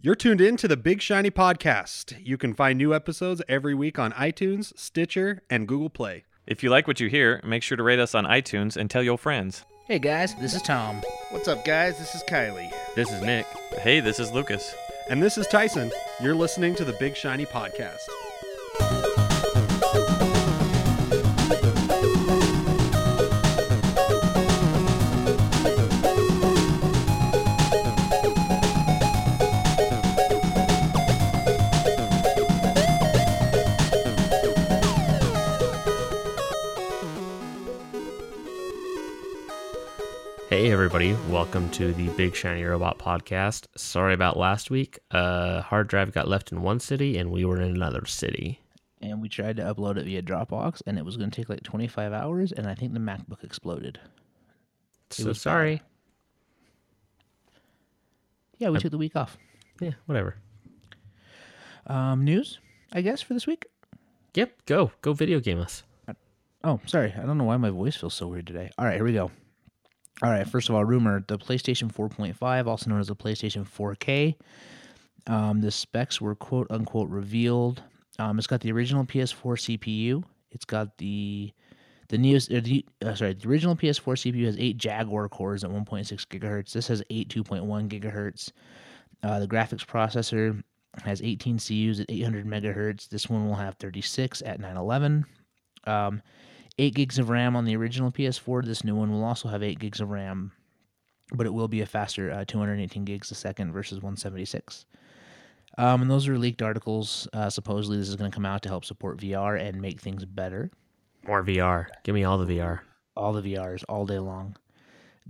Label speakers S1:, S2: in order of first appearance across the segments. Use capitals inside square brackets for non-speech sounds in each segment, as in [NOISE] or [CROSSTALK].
S1: You're tuned in to the Big Shiny Podcast. You can find new episodes every week on iTunes, Stitcher, and Google Play.
S2: If you like what you hear, make sure to rate us on iTunes and tell your friends.
S3: Hey guys, this is Tom.
S4: What's up, guys? This is Kylie.
S5: This is Nick.
S2: Hey, this is Lucas.
S1: And this is Tyson. You're listening to the Big Shiny Podcast.
S5: Hey, everybody. Welcome to the Big Shiny Robot Podcast. Sorry about last week. Uh, hard drive got left in one city, and we were in another city.
S3: And we tried to upload it via Dropbox, and it was going to take like 25 hours, and I think the MacBook exploded.
S5: So
S3: was
S5: sorry.
S3: Yeah, we took the week off.
S5: Yeah, whatever.
S3: Um, news, I guess, for this week?
S5: Yep, go. Go video game us.
S3: Oh, sorry. I don't know why my voice feels so weird today. All right, here we go. All right, first of all, rumor the PlayStation 4.5, also known as the PlayStation 4K. Um, the specs were quote unquote revealed. Um, it's got the original PS4 CPU. It's got the the newest. Uh, the, uh, sorry, the original PS4 CPU has eight Jaguar cores at 1.6 gigahertz. This has eight 2.1 gigahertz. Uh, the graphics processor has 18 CUs at 800 megahertz. This one will have 36 at 911. Um, 8 gigs of RAM on the original PS4. This new one will also have 8 gigs of RAM, but it will be a faster uh, 218 gigs a second versus 176. Um, and those are leaked articles. Uh, supposedly, this is going to come out to help support VR and make things better.
S5: More VR. Give me all the VR.
S3: All the VRs, all day long.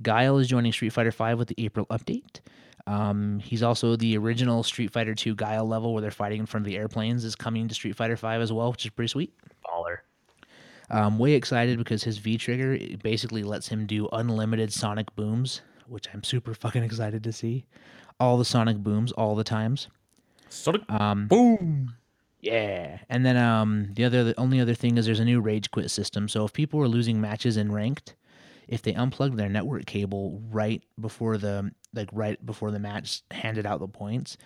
S3: Guile is joining Street Fighter V with the April update. Um, he's also the original Street Fighter II Guile level where they're fighting in front of the airplanes is coming to Street Fighter V as well, which is pretty sweet.
S5: Baller.
S3: I'm way excited because his V trigger it basically lets him do unlimited sonic booms, which I'm super fucking excited to see. All the sonic booms, all the times.
S5: Sonic.
S3: Um,
S5: Boom.
S3: yeah. And then um, the other, the only other thing is there's a new rage quit system. So if people were losing matches in ranked, if they unplugged their network cable right before the like right before the match handed out the points,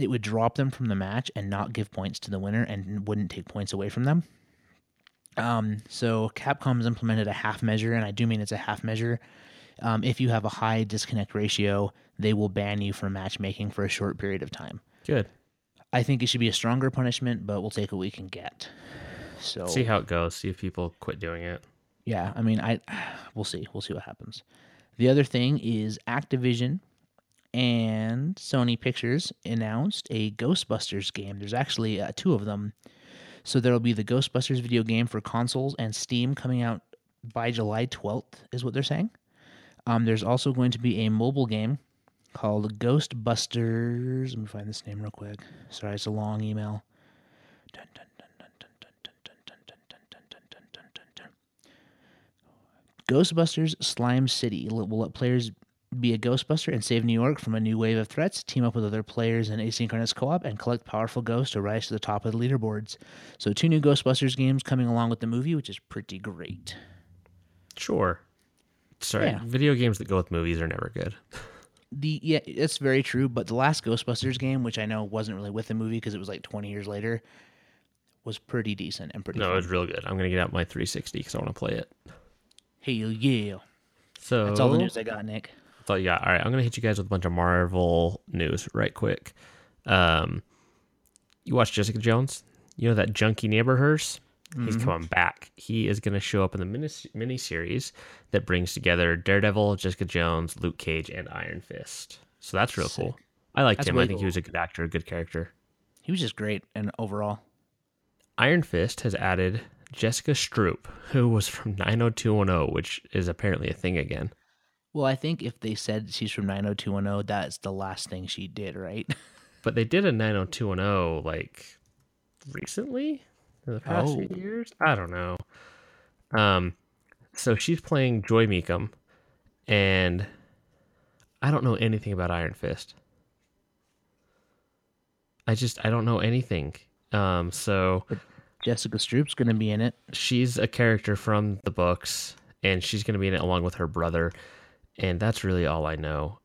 S3: it would drop them from the match and not give points to the winner and wouldn't take points away from them. Um, so Capcom's implemented a half measure, and I do mean it's a half measure. Um, if you have a high disconnect ratio, they will ban you from matchmaking for a short period of time.
S5: Good.
S3: I think it should be a stronger punishment, but we'll take what we can get. So
S5: See how it goes. See if people quit doing it.
S3: yeah, I mean, I we'll see. We'll see what happens. The other thing is Activision and Sony Pictures announced a Ghostbusters game. There's actually uh, two of them. So there'll be the Ghostbusters video game for consoles and Steam coming out by July 12th, is what they're saying. Um, there's also going to be a mobile game called Ghostbusters. Let me find this name real quick. Sorry, it's a long email. Dun, dun, dun, dun, dun, dun, dun, dun, dun, dun, dun, dun, dun, dun, dun, dun, dun. Ghostbusters Slime City will will let players be a Ghostbuster and save New York from a new wave of threats, team up with other players in asynchronous co op, and collect powerful ghosts to rise to the top of the leaderboards. So, two new Ghostbusters games coming along with the movie, which is pretty great.
S5: Sure. Sorry.
S3: Yeah.
S5: Video games that go with movies are never good.
S3: The yeah, that's very true. But the last Ghostbusters game, which I know wasn't really with the movie because it was like 20 years later, was pretty decent and pretty.
S5: No,
S3: fun.
S5: it's real good. I'm gonna get out my 360 because I want to play it.
S3: Hell yeah!
S5: So
S3: That's all the news I got, Nick.
S5: So yeah, all right. I'm gonna hit you guys with a bunch of Marvel news right quick. Um, you watch Jessica Jones? You know that junky neighbor of hers?
S3: Mm-hmm.
S5: He's coming back. He is gonna show up in the mini miniseries that brings together Daredevil, Jessica Jones, Luke Cage, and Iron Fist. So that's real cool. I liked
S3: That's
S5: him.
S3: way
S5: I think
S3: cool.
S5: he was a good actor, a good character.
S3: He was just great and overall.
S5: Iron Fist has added Jessica Stroop, who was from 90210, which is apparently a thing again.
S3: Well, I think if they said she's from 90210, that's the last thing she did, right? [LAUGHS]
S5: But they did a 90210 like recently in the past few years. I don't know. Um, so she's playing Joy Meekum, and I don't know anything about Iron Fist. I just I don't know anything. Um, so
S3: Jessica Stroop's going to be in it.
S5: she's a character from the books, and she's going to be in it along with her brother, and that's really all I know.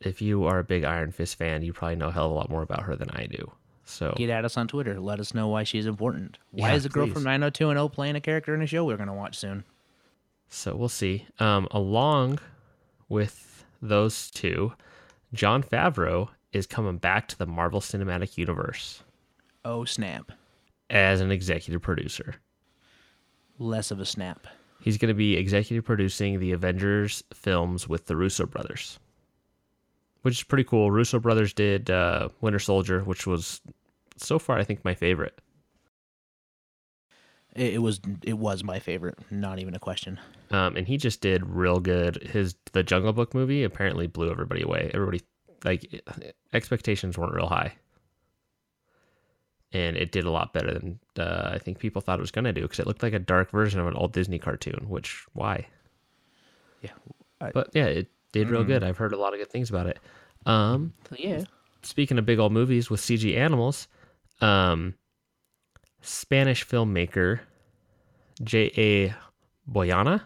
S5: if you are a big Iron Fist fan, you probably know a hell of a lot more about her than I do. So
S3: Get at us on Twitter. Let us know why she's important. Why
S5: Oh. Yeah,
S3: is a girl
S5: please.
S3: from 90210 playing a character in a show we're going to watch soon?
S5: So we'll see. Um, along with those two, John Favreau is coming back to the Marvel Cinematic Universe
S3: Oh, snap.
S5: as an executive producer.
S3: Less of a snap.
S5: He's going to be executive producing the Avengers films with the Russo brothers, which is pretty cool. Russo brothers did uh, Winter Soldier, which was so far I think my favorite.
S3: It, it was it was my favorite. Not even a question.
S5: um, and he just did real good. His the Jungle Book movie apparently blew everybody away. Everybody like expectations weren't real high, and it did a lot better than uh, I think people thought it was gonna do because it looked like a dark version of an old Disney cartoon. Which why?
S3: Yeah,
S5: but yeah, it did real good. I've heard a lot of good things about it. Um,
S3: Yeah.
S5: speaking of big old movies with CG animals, um, Spanish filmmaker J.A. Boyana,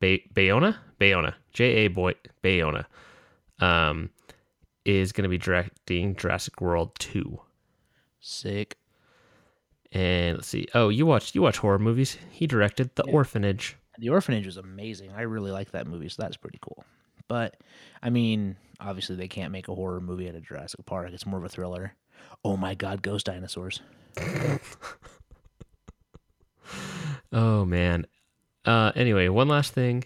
S5: Bay- Bayona, Bayona, J.A. Boy- Bayona, um, is going to be directing Jurassic World two.
S3: Sick.
S5: And let's see. Oh, you watch you watch horror movies. He directed The Orphanage.
S3: The Orphanage was amazing. I really like that movie, so that's pretty cool. But I mean, obviously they can't make a horror movie out of Jurassic Park. It's more of a thriller. Oh my god, ghost dinosaurs.
S5: Oh man. Uh, anyway, one last thing.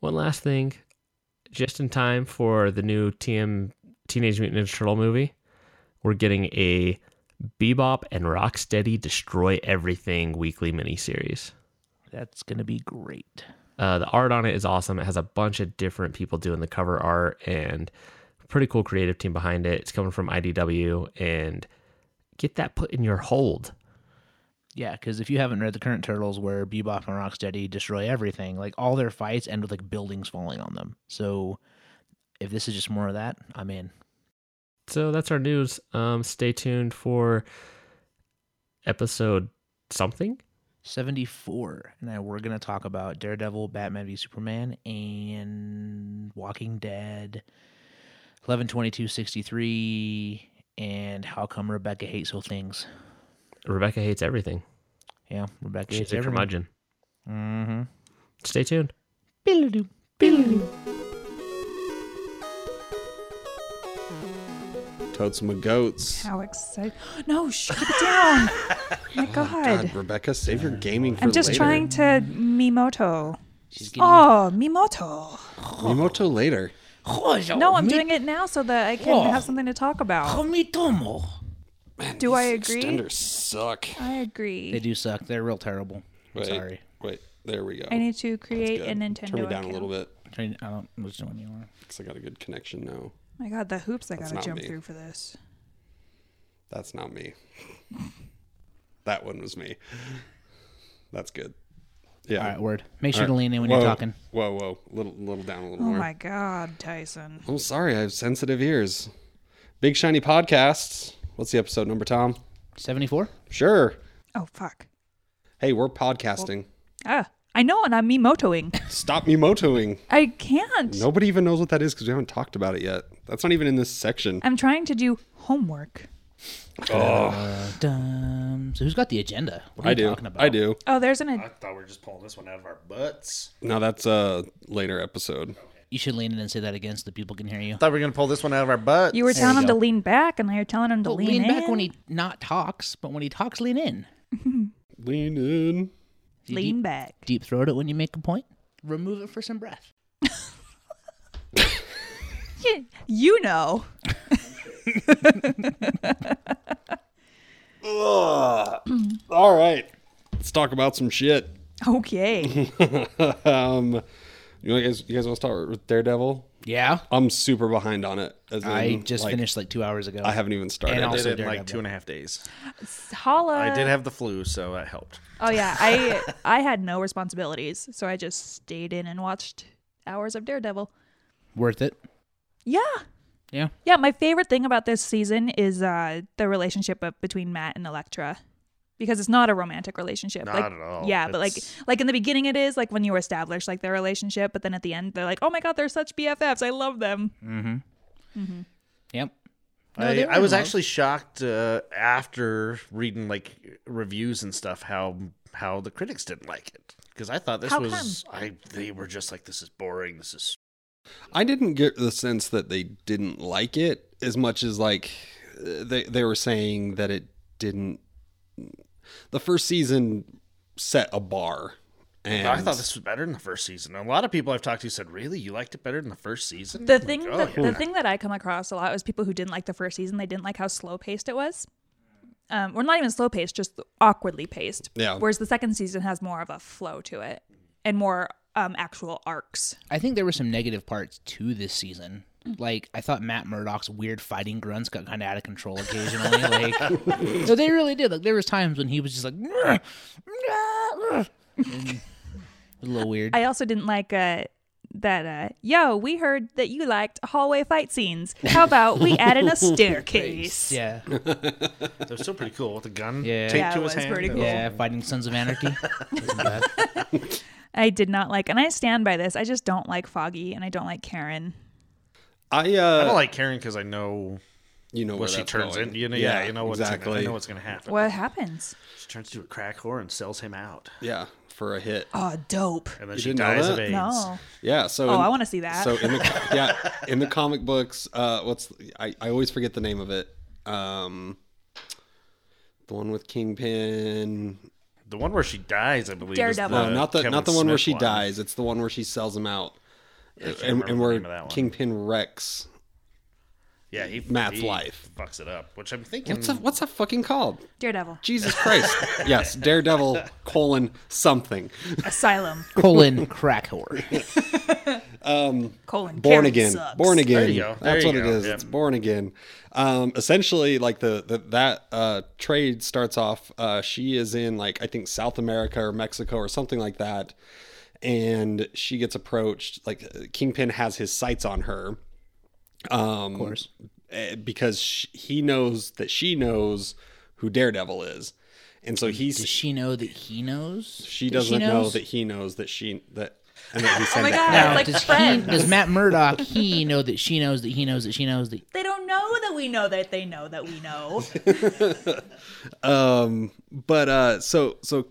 S5: One last thing. Just in time for the new TM Teenage Mutant Ninja Turtle movie, we're getting a Bebop and Rocksteady Destroy Everything weekly miniseries.
S3: That's gonna be great.
S5: Uh, the art on it is awesome. It has a bunch of different people doing the cover art and pretty cool creative team behind it. It's coming from IDW and get that put in your hold.
S3: Yeah, because if you haven't read the current Turtles, where Bebop and Rocksteady destroy everything, like all their fights end with like buildings falling on them. So if this is just more of that, I'm in.
S5: so that's our news. Um, stay tuned for episode something.
S3: 74. And I, we're going to talk about Daredevil, Batman v Superman, and Walking Dead, 112263, and How Come Rebecca Hates Whole Things.
S5: Rebecca hates everything.
S3: Yeah, Rebecca
S5: She's
S3: hates
S5: a
S3: everything.
S5: curmudgeon.
S3: Mm-hmm.
S5: Stay tuned.
S3: Billy-doo, billy-doo.
S1: Totes my goats.
S6: How excited! No, shut it down.
S1: [LAUGHS]
S6: My God.
S1: Oh, God, Rebecca, save your gaming for
S6: I'm just
S1: later.
S6: trying to Mimoto.
S3: She's getting
S6: Oh, Mimoto.
S4: Oh.
S1: Mimoto later.
S6: No, I'm doing it now so that I can have something to talk about. Do I agree?
S1: Extenders suck.
S6: I
S3: They
S6: agree.
S3: do suck. They're real terrible. I'm
S1: Wait,
S3: Sorry.
S1: Wait, there we go.
S6: I need to create
S1: Good.
S6: a Nintendo
S1: Turn me down
S6: account.
S1: a little bit
S3: I don't which one you are.
S1: because I got a good connection now.
S6: My God, the hoops I
S1: That's
S6: gotta
S1: not
S6: jump
S1: me.
S6: through for this.
S1: That's not me. that one was me. That's good. Yeah.
S3: All right, word. Make sure
S1: All right.
S3: to lean in when
S1: Whoa,
S3: you're talking.
S1: Whoa, whoa, little, little down a little
S6: Oh
S1: more.
S6: my God, Tyson.
S1: I'm sorry, I have sensitive ears. Big shiny podcasts. What's the episode number, Tom?
S3: 74?
S1: Sure.
S6: Oh fuck.
S1: Hey, we're podcasting.
S6: Ah, I know, and I'm Mimotoing.
S1: Stop me
S3: [LAUGHS]
S1: motoing.
S6: I can't.
S1: Nobody even knows what that is because we haven't talked about it yet. That's not even in this section.
S6: I'm trying to do homework.
S3: Uh, Dum. So who's got the agenda? What are
S1: oh. I
S3: you
S1: do.
S3: talking about?
S1: I do.
S6: Oh, there's an.
S4: I thought we were just pulling this one out of our butts.
S1: No, that's a later episode.
S3: You should lean in and say that again so the people can hear you.
S4: Thought we were gonna pull this one out of our
S1: Uh,
S4: butts.
S6: You were telling
S3: you
S6: him
S3: go.
S6: to lean back, and now you're telling him to
S3: Well,
S6: lean,
S3: lean,
S6: in.
S3: back when he not talks, but when he talks, lean in.
S1: Lean in.
S3: You
S6: lean
S3: deep,
S6: back. [LAUGHS]
S3: Deep throat it when you make a point. Remove it for some breath.
S6: you know.
S1: [CLEARS THROAT] All right. Let's talk about some shit.
S4: [LAUGHS]
S6: Okay.
S1: um, you guys, you guys want to start with Daredevil?
S3: Yeah.
S1: I'm super behind on it. as in,
S3: I just
S1: Um, like,
S3: finished like two hours ago.
S1: I haven't even started.
S3: And
S4: I
S3: also-
S4: did it in
S3: Daredevil.
S4: like two and a half days.
S6: Holla.
S4: I did have the flu, so that helped.
S6: Oh
S4: [LAUGHS]
S6: yeah, I I had no responsibilities, so I just stayed in and watched hours of Daredevil.
S3: Worth it.
S6: Yeah.
S3: Yeah.
S6: Yeah, my favorite thing about this season is uh, the relationship of, between Matt and Elektra, because it's not a romantic relationship.
S4: Not
S6: like,
S4: at all.
S6: Yeah, but like,
S4: It's-
S6: like in the beginning it is like when you establish like their relationship, but then at the end they're like, oh my god, they're such BFFs. I love them.
S3: Yep.
S6: No,
S4: I,
S6: they were
S4: I was
S6: wrong.
S4: actually shocked uh, after reading like reviews and stuff how how the critics didn't like it because I thought this
S6: How
S4: was I they were just like this is boring this is
S7: I didn't get the sense that they didn't like it as much as like uh, they they were saying that it didn't. The first season set a bar, and
S4: I thought this was better than the first season. A lot of people I've talked to said really you liked it better than the first season.
S6: The
S4: I'm like,
S6: thing,
S4: "Oh,
S6: that,
S4: yeah."
S6: the thing that I come across a lot was people who didn't like the first season. They didn't like how slow paced it was, um, or not even slow paced, just awkwardly paced.
S7: Yeah.
S6: Whereas the second season has more of a flow to it and more um, actual arcs.
S3: I think there were some negative parts to this season.
S6: Mm.
S3: Like I thought Matt Murdock's weird fighting grunts got kind of out of control occasionally. like
S6: [LAUGHS]
S3: no, they really did. Like there was times when he was just like, "Grr, grr, grr," and it was a little weird.
S6: I also didn't like uh, that. Uh, Yo, we heard that you liked hallway fight scenes. How about we add in a
S7: [LAUGHS]
S6: staircase?
S3: yeah,
S4: That was still pretty cool with the gun
S3: Yeah.
S4: taped
S6: Yeah,
S4: to
S6: it
S4: his
S6: was
S4: hand.
S6: pretty
S4: That
S6: cool.
S3: yeah, fighting Sons
S7: [LAUGHS]
S3: of Anarchy. Wasn't bad.
S6: I did not like, and I stand by this. I just don't like Foggy, and I don't like Karen.
S7: I uh,
S4: I don't like Karen because I know
S7: you know
S4: what
S7: where
S4: she
S7: that's
S4: turns
S7: going.
S4: into. You know, yeah, you know what's
S7: exactly.
S4: Gonna, I know what's gonna happen.
S6: What happens?
S4: She turns into a crack whore and sells him out,
S7: yeah, for a hit.
S6: Oh, dope.
S4: and then
S7: You
S4: she
S7: didn't know
S4: dies of
S7: that?
S4: AIDS.
S6: No.
S7: Yeah, so
S6: Oh,
S7: in-
S6: I want to see that.
S7: So in the
S6: [LAUGHS]
S7: yeah, in the comic books, uh, what's I, I always forget the name of it. Um, the one with Kingpin.
S4: The one where she dies, I believe.
S6: Daredevil.
S4: Is
S7: No,
S4: the
S7: Uh, not the
S4: Kevin
S7: not the one where
S4: Smith
S7: she dies. It's the one where she sells him out,
S4: can't
S7: and,
S4: remember
S7: and
S4: the
S7: where
S4: name of that one.
S7: Kingpin wrecks.
S4: Yeah, he
S7: Matt's
S4: he
S7: life.
S4: fucks it up, which I'm thinking.
S7: What's that, what's that fucking called?
S6: Daredevil.
S7: Jesus Christ! Mm. [LAUGHS] yes, Daredevil colon something.
S6: Asylum.
S3: Colon crack whore.
S6: Colon.
S7: Born
S6: Karen
S7: again,
S6: sucks.
S7: born again.
S4: you go. There
S7: That's
S4: you
S7: what
S4: go.
S7: it is.
S4: Yep.
S7: It's born again. Um, essentially, like the, the that uh, trade starts off. Uh, she is in like I think South America or Mexico or something like that, and she gets approached. Like Kingpin has his sights on her. Um, of course, because sh he knows that she knows who Daredevil is, and so he's
S3: Does she know that he knows?
S7: she
S3: that
S7: doesn't know
S3: knows?
S7: that he knows that she that and that he said
S6: my
S7: that.
S6: God.
S3: Now,
S6: Like
S3: does
S6: friends.
S3: he? Does Matt Murdock? He know that she knows that he knows that she knows that.
S6: They don't know that we know that they know that we know.
S7: um but uh so so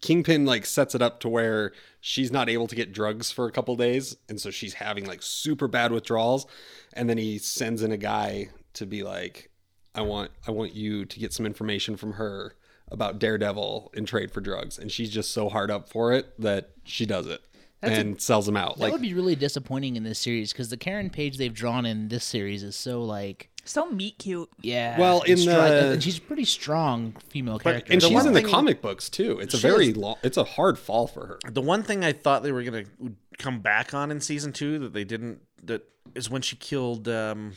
S7: kingpin like sets it up to where she's not able to get drugs for a couple days and so she's having like super bad withdrawals and then he sends in a guy to be like i want i want you to get some information from her about daredevil and trade for drugs and she's just so hard up for it that she does it and sells him out
S3: That
S7: like
S3: would be really disappointing in this series because the Karen page they've drawn in this series is so like
S6: [LAUGHS] so meat cute.
S3: yeah.
S7: Well,
S3: and
S7: in
S3: strong-
S7: the-
S3: and she's a pretty strong female character.
S7: and
S4: the
S7: she's
S4: one
S7: in the
S4: thing-
S7: comic books too it's a
S4: She
S7: very
S4: is-
S7: long it's a hard fall for her
S4: The one thing I thought they were gonna come back on in season two that they didn't. That is when she killed. um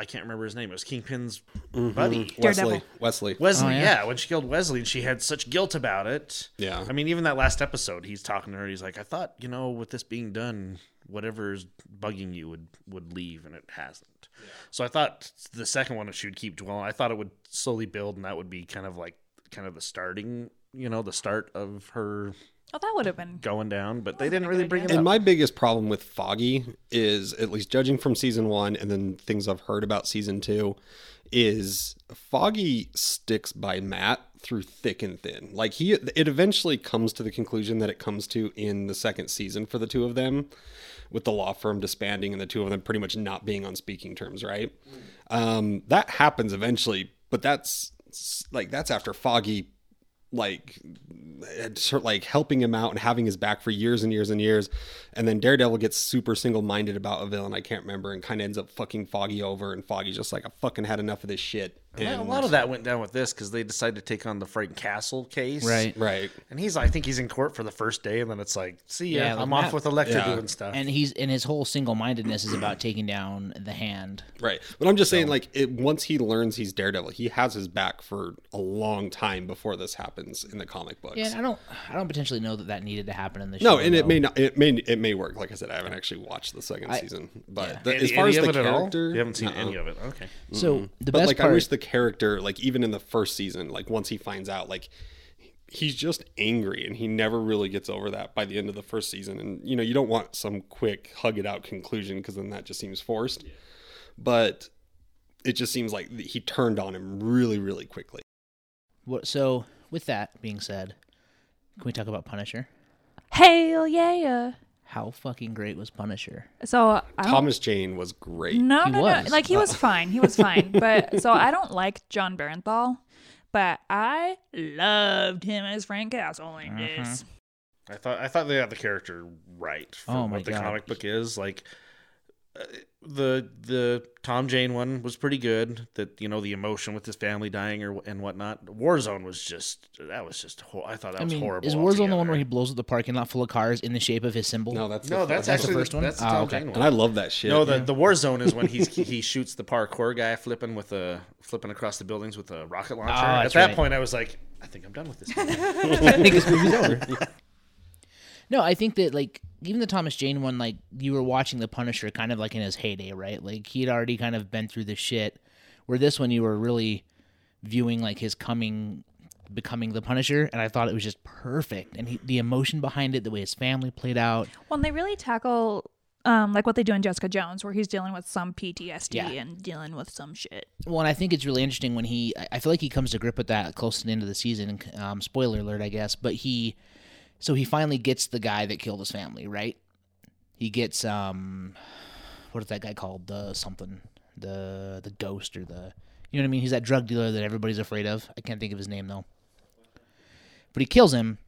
S4: I can't remember his name. It was Kingpin's
S7: Mm-hmm.
S4: buddy.
S7: wesley wesley
S4: Wesley,
S3: Oh, yeah.
S4: yeah. when she killed Wesley, and she had such guilt about it.
S7: Yeah.
S4: I mean, even that last episode, he's talking to her. He's like, "I thought, you know, with this being done, whatever's bugging you would would leave, and it hasn't." So I thought the second one, she would keep dwelling. I thought it would slowly build, and that would be kind of like kind of the starting, you know, the start of her
S6: Oh, that would have been.
S4: going down.
S7: Oh,
S4: But they didn't really bring it
S7: And
S4: up.
S7: my biggest problem with Foggy is, at least judging from season one and then things I've heard about season two, is Foggy sticks by Matt through thick and thin. Like he, it eventually comes to the conclusion that it comes to in the second season for the two of them, with the law firm disbanding and the two of them pretty much not being on speaking terms. Right, um, that happens eventually, but that's like that's after Foggy like and sort of like helping him out and having his back for years and years and years. And then Daredevil gets super single minded about a villain I can't remember and kind of ends up fucking Foggy over. And Foggy's just like, I fucking had enough of this shit.
S4: Yeah, a lot of that went down with this because they decided to take on the Frank Castle case,
S3: right.
S7: Right.
S4: And he's, I think, he's in court for the first day, and then it's like, "See ya,
S3: Yeah, like
S4: I'm
S3: that.
S4: off with Electra
S7: Yeah.
S4: doing stuff."
S3: And he's and his whole single mindedness is about taking down the hand.
S7: Right. But I'm just saying, like, it, once he learns he's Daredevil, he has his back for a long time before this happens in the comic books.
S3: Yeah, and I don't I don't potentially know that that needed to happen in the show.
S7: No, and it
S3: though.
S7: may not. It may. It may work. Like I said, I haven't actually watched the second season, but the,
S4: Any-
S7: as far
S4: any
S7: as the
S4: of it at all?
S7: character,
S4: you haven't seen
S7: nuh-uh.
S4: any of it. Okay.
S3: So the
S7: but
S3: best
S7: like
S3: part.
S7: i wish the character like even in the first season like once he finds out like he's just angry and he never really gets over that by the end of the first season and you know you don't want some quick hug it out conclusion because then that just seems forced but it just seems like th- he turned on him really, really quickly.
S3: What? So, with that being said, can we talk about Punisher?
S6: Hail yeah!
S3: How fucking great was Punisher?
S6: So I don't
S7: Thomas Jane was great.
S6: No,
S3: He
S6: no,
S3: was.
S6: no. Like he was fine. He was fine. But so I don't like John Bernthal, but I loved him as Frank Castle in this.
S4: I thought I thought they had the character right for
S3: Oh my
S4: what the
S3: God.
S4: comic book is. Like uh, the the Tom Jane one was pretty good. That you know the emotion with his family dying or and whatnot. Warzone was just that was just ho- I thought that
S3: I
S4: was
S3: mean,
S4: horrible.
S3: is Warzone the one
S4: altogether.
S3: where he blows up the parking lot full of cars in the shape of his symbol?
S7: No, that's
S4: No,
S7: the first
S4: that's
S7: one.
S4: actually
S3: the first one?
S4: That's the
S3: Oh,
S4: Tom
S3: okay.
S4: Jane one.
S7: and I love that shit.
S4: No, the the war zone is when he's [LAUGHS] he shoots the parkour guy flipping with a flipping across the buildings with a rocket launcher.
S3: Ah,
S4: At
S3: that's
S4: that
S3: right.
S4: point, I was like, I think I'm done with
S3: [LAUGHS]
S4: this. movie.
S3: I think this movie's over. No, I think that like even the Thomas Jane one, like you were watching the Punisher kind of like in his heyday, right? Like he'd already kind of been through the shit. Where this one, you were really viewing like his coming, becoming the Punisher, and I thought it was just perfect. And he, the emotion behind it, the way his family played out,
S6: Well, and they really tackle um, like what they do in Jessica Jones, where he's dealing with some PTSD
S3: Yeah.
S6: and dealing with some shit.
S3: Well, and I think it's really interesting when he. I- I feel like he comes to grip with that close to the end of the season. Um, spoiler alert, I guess. But he, so he finally gets the guy that killed his family, right? He gets um, what is that guy called? The something, the the ghost or the, you know what I mean? He's that drug dealer that everybody's afraid of. I can't think of his name though. But he kills him,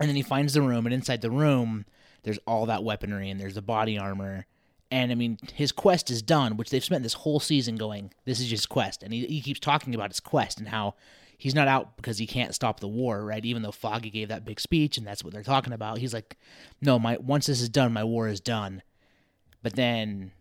S3: and then he finds the room, and inside the room, there's all that weaponry and there's the body armor. And I mean, his quest is done, which they've spent this whole season going, this is his quest. And he, he keeps talking about his quest and how he's not out because he can't stop the war, right? Even though Foggy gave that big speech and that's what they're talking about. He's like, no, my once this is done, my war is done. But then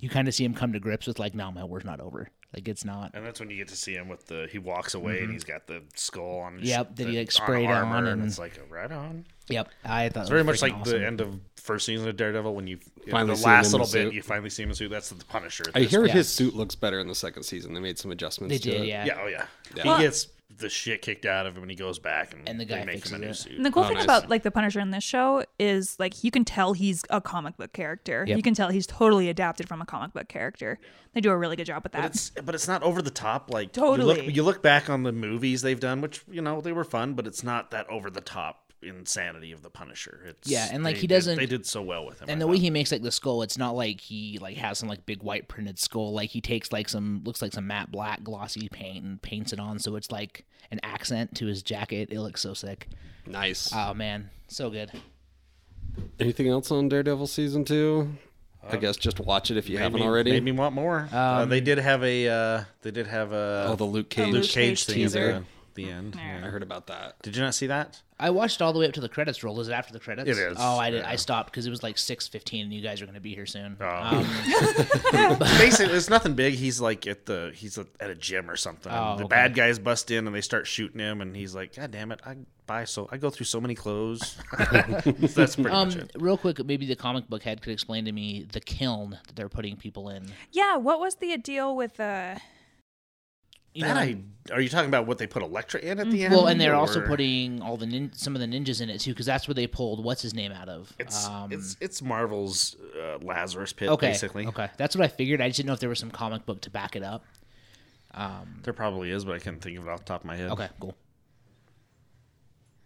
S3: you kind of see him come to grips with, like, no, my war's not over. Like, it's not.
S4: and that's when you get to see him with the he walks away and he's got the skull on. his-
S3: Mm-hmm. Yep, that he,
S4: the-
S3: like, sprayed
S4: armor,
S3: on
S4: and
S3: and-
S4: it's like right on.
S3: Yep. I thought
S4: It's very much like the end of first season of Daredevil when you
S7: Finally
S4: the
S7: see him in
S4: last
S7: the
S4: little bit
S7: suit.
S4: you finally see him in the suit. That's the Punisher. at
S7: I
S4: this
S7: hear
S3: yeah.
S7: his suit looks better in the second season. They made some adjustments.
S3: They
S7: to
S3: did,
S7: it.
S3: yeah.
S4: Yeah, oh yeah.
S6: Well-
S4: He gets the shit kicked out of him when he goes back, and,
S3: And the
S4: they
S3: guy
S4: make him
S3: fixes
S4: a new
S3: it.
S4: suit.
S6: And the cool
S7: Oh,
S6: thing
S7: nice.
S6: about like the Punisher in this show is like you can tell he's a comic book character.
S3: Yep.
S6: You can tell he's totally adapted from a comic book character. They do a really good job with
S4: but
S6: that.
S4: it's but it's not over the top. Like you
S6: Totally.
S4: look, you look back on the movies they've done, which you know they were fun, but it's not that over the top insanity of the Punisher. It's,
S3: Yeah, and, like,
S4: they
S3: he
S4: did-
S3: doesn't-
S4: They did so well with him,
S3: And the way he makes like the skull, it's not like he like has some like big white printed skull. Like he takes like some looks like some matte black glossy paint and paints it on, so it's like an accent to his jacket. It looks so sick.
S7: Nice.
S3: Oh man, so good.
S7: Anything else on Daredevil season two? I guess just watch it if you haven't already.
S4: made me want more.
S3: Um,
S4: uh, they did have a uh, they did have a
S7: oh, the Luke Cage.
S6: Luke
S4: Luke Cage
S6: Cage
S4: thing at
S6: teaser.
S4: the, the end.
S7: I
S4: yeah.
S7: heard about that.
S4: Did you not
S3: [LAUGHS]
S4: see that?
S3: I watched all the way up to the credits roll. Is it after the credits?
S4: It is,
S3: Oh, I did.
S4: yeah.
S3: I stopped because it was like six fifteen, and you guys are gonna be here soon.
S4: Oh.
S3: Um,
S4: [LAUGHS] Basically, it's nothing big. He's like at the he's at a gym or something. and
S3: Oh,
S4: the
S3: okay.
S4: bad guys bust in and they start shooting him, and he's like, "God damn it! I buy so I go through so
S3: [LAUGHS]
S4: many clothes." That's pretty much
S3: um,
S4: it.
S3: real quick, maybe the comic book head could explain to me the kiln that they're putting people in.
S6: yeah, what was the deal with uh
S3: You
S4: that
S3: know,
S4: I, are you talking about what they put Electra in at the end?
S3: Well, and they're also
S4: or-
S3: putting all the nin- some of the ninjas in it too, because that's where they pulled what's his name out of. Um,
S4: it's it's it's Marvel's uh, Lazarus Pit
S3: okay,
S4: basically. Mm-hmm.
S3: okay, that's what I figured. I just didn't know if there was some comic book to back it up.
S4: There probably is, but I can't think of it off the top of my head.
S3: Okay, cool.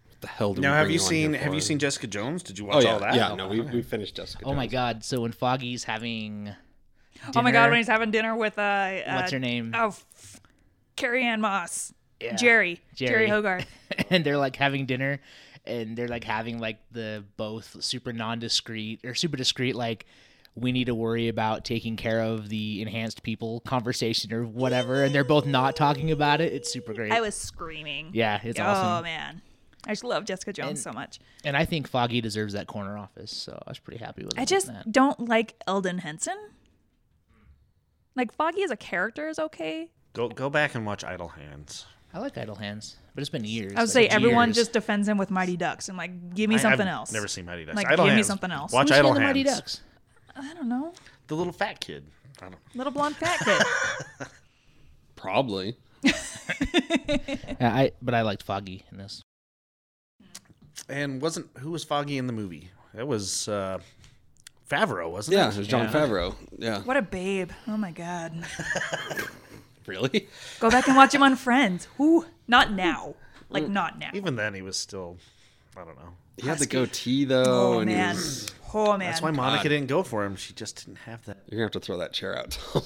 S7: What the hell? Did we
S4: Now, have
S7: bring
S4: you
S7: on
S4: seen
S7: here
S4: have
S7: for?
S4: you seen Jessica Jones? Did you
S7: Oh
S4: watch
S7: yeah,
S4: all that?
S7: yeah. No, we we finished Jessica.
S3: Oh my
S7: Jones.
S3: god! So when Foggy's having, [LAUGHS]
S6: Oh my god,
S3: dinner-
S6: when he's having dinner with uh, uh
S3: What's her name?
S6: Oh, f- Carrie Ann Moss.
S3: Yeah.
S6: Jerry.
S3: Jerry.
S6: Jerry Hogarth.
S3: and they're like having dinner, and they're like having like the both super non-discreet or super discreet like. We need to worry about taking care of the enhanced people conversation or whatever, and they're both not talking about it. It's super [LAUGHS] great.
S6: I was screaming.
S3: yeah, it's
S6: oh
S3: awesome.
S6: man. I just love Jessica Jones so much.
S3: And I think Foggy deserves that corner office, so I was pretty happy with it.
S6: I just don't like Eldon Henson. Like Foggy as a character is okay.
S4: Go go back and watch Idle Hands.
S3: I like Idle Hands, but it's been years.
S6: I would say everyone just defends him with Mighty Ducks and like give me
S4: I-
S6: something
S4: I've
S6: else.
S4: Never seen Mighty Ducks.
S6: Like,
S4: Idle
S6: give me
S4: Hands.
S6: something else.
S4: Watch
S3: Who's in
S4: Idle
S3: the
S4: Hands.
S3: Mighty Ducks.
S6: I don't know.
S4: The little fat kid. I don't.
S6: Little blonde fat kid.
S7: Probably.
S6: [LAUGHS]
S3: Yeah, I but I liked Foggy in this.
S4: And wasn't who was Foggy in the movie? That was uh, Favreau, wasn't
S7: Yeah,
S4: it?
S7: it was John Favreau.
S3: [LAUGHS]
S7: Yeah.
S6: What a babe. Oh my God.
S7: Really?
S6: Go back and watch him on Friends. Who? Not now. Like, not now.
S4: Even then, he was still, I don't know.
S7: He had the goatee though,
S6: Oh,
S7: and he
S6: man.
S7: was-
S6: Oh, man.
S4: That's why Monica didn't go for him. She just didn't have that.
S7: you're gonna have to throw that chair out. [LAUGHS] Tom.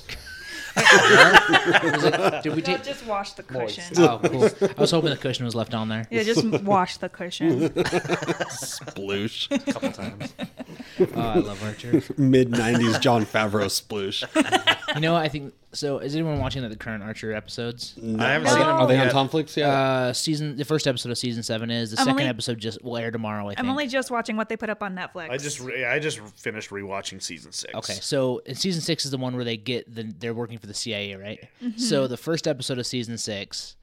S3: Did we
S6: No,
S3: take?
S6: just wash the cushion.
S3: Oh, cool. I was hoping the cushion was left on there.
S6: Yeah, just wash the cushion.
S7: sploosh.
S3: Oh, I love Archer.
S7: Mid '90s John Favreau
S3: [LAUGHS]
S7: sploosh.
S3: You know, I think so. Is anyone watching the current Archer episodes?
S4: I haven't
S6: No.
S4: seen him.
S7: Are they on
S4: yet.
S7: Tom Flicks? Yeah.
S3: Uh, season the first episode of season seven is the
S6: I'm
S3: second
S6: only-
S3: episode just will air tomorrow. I think.
S6: I'm only just watching what they put up on Netflix.
S4: I just re- I just finished rewatching season six.
S3: Okay, so in season six is the one where they get the they're working for the CIA, right? So the first episode of season six,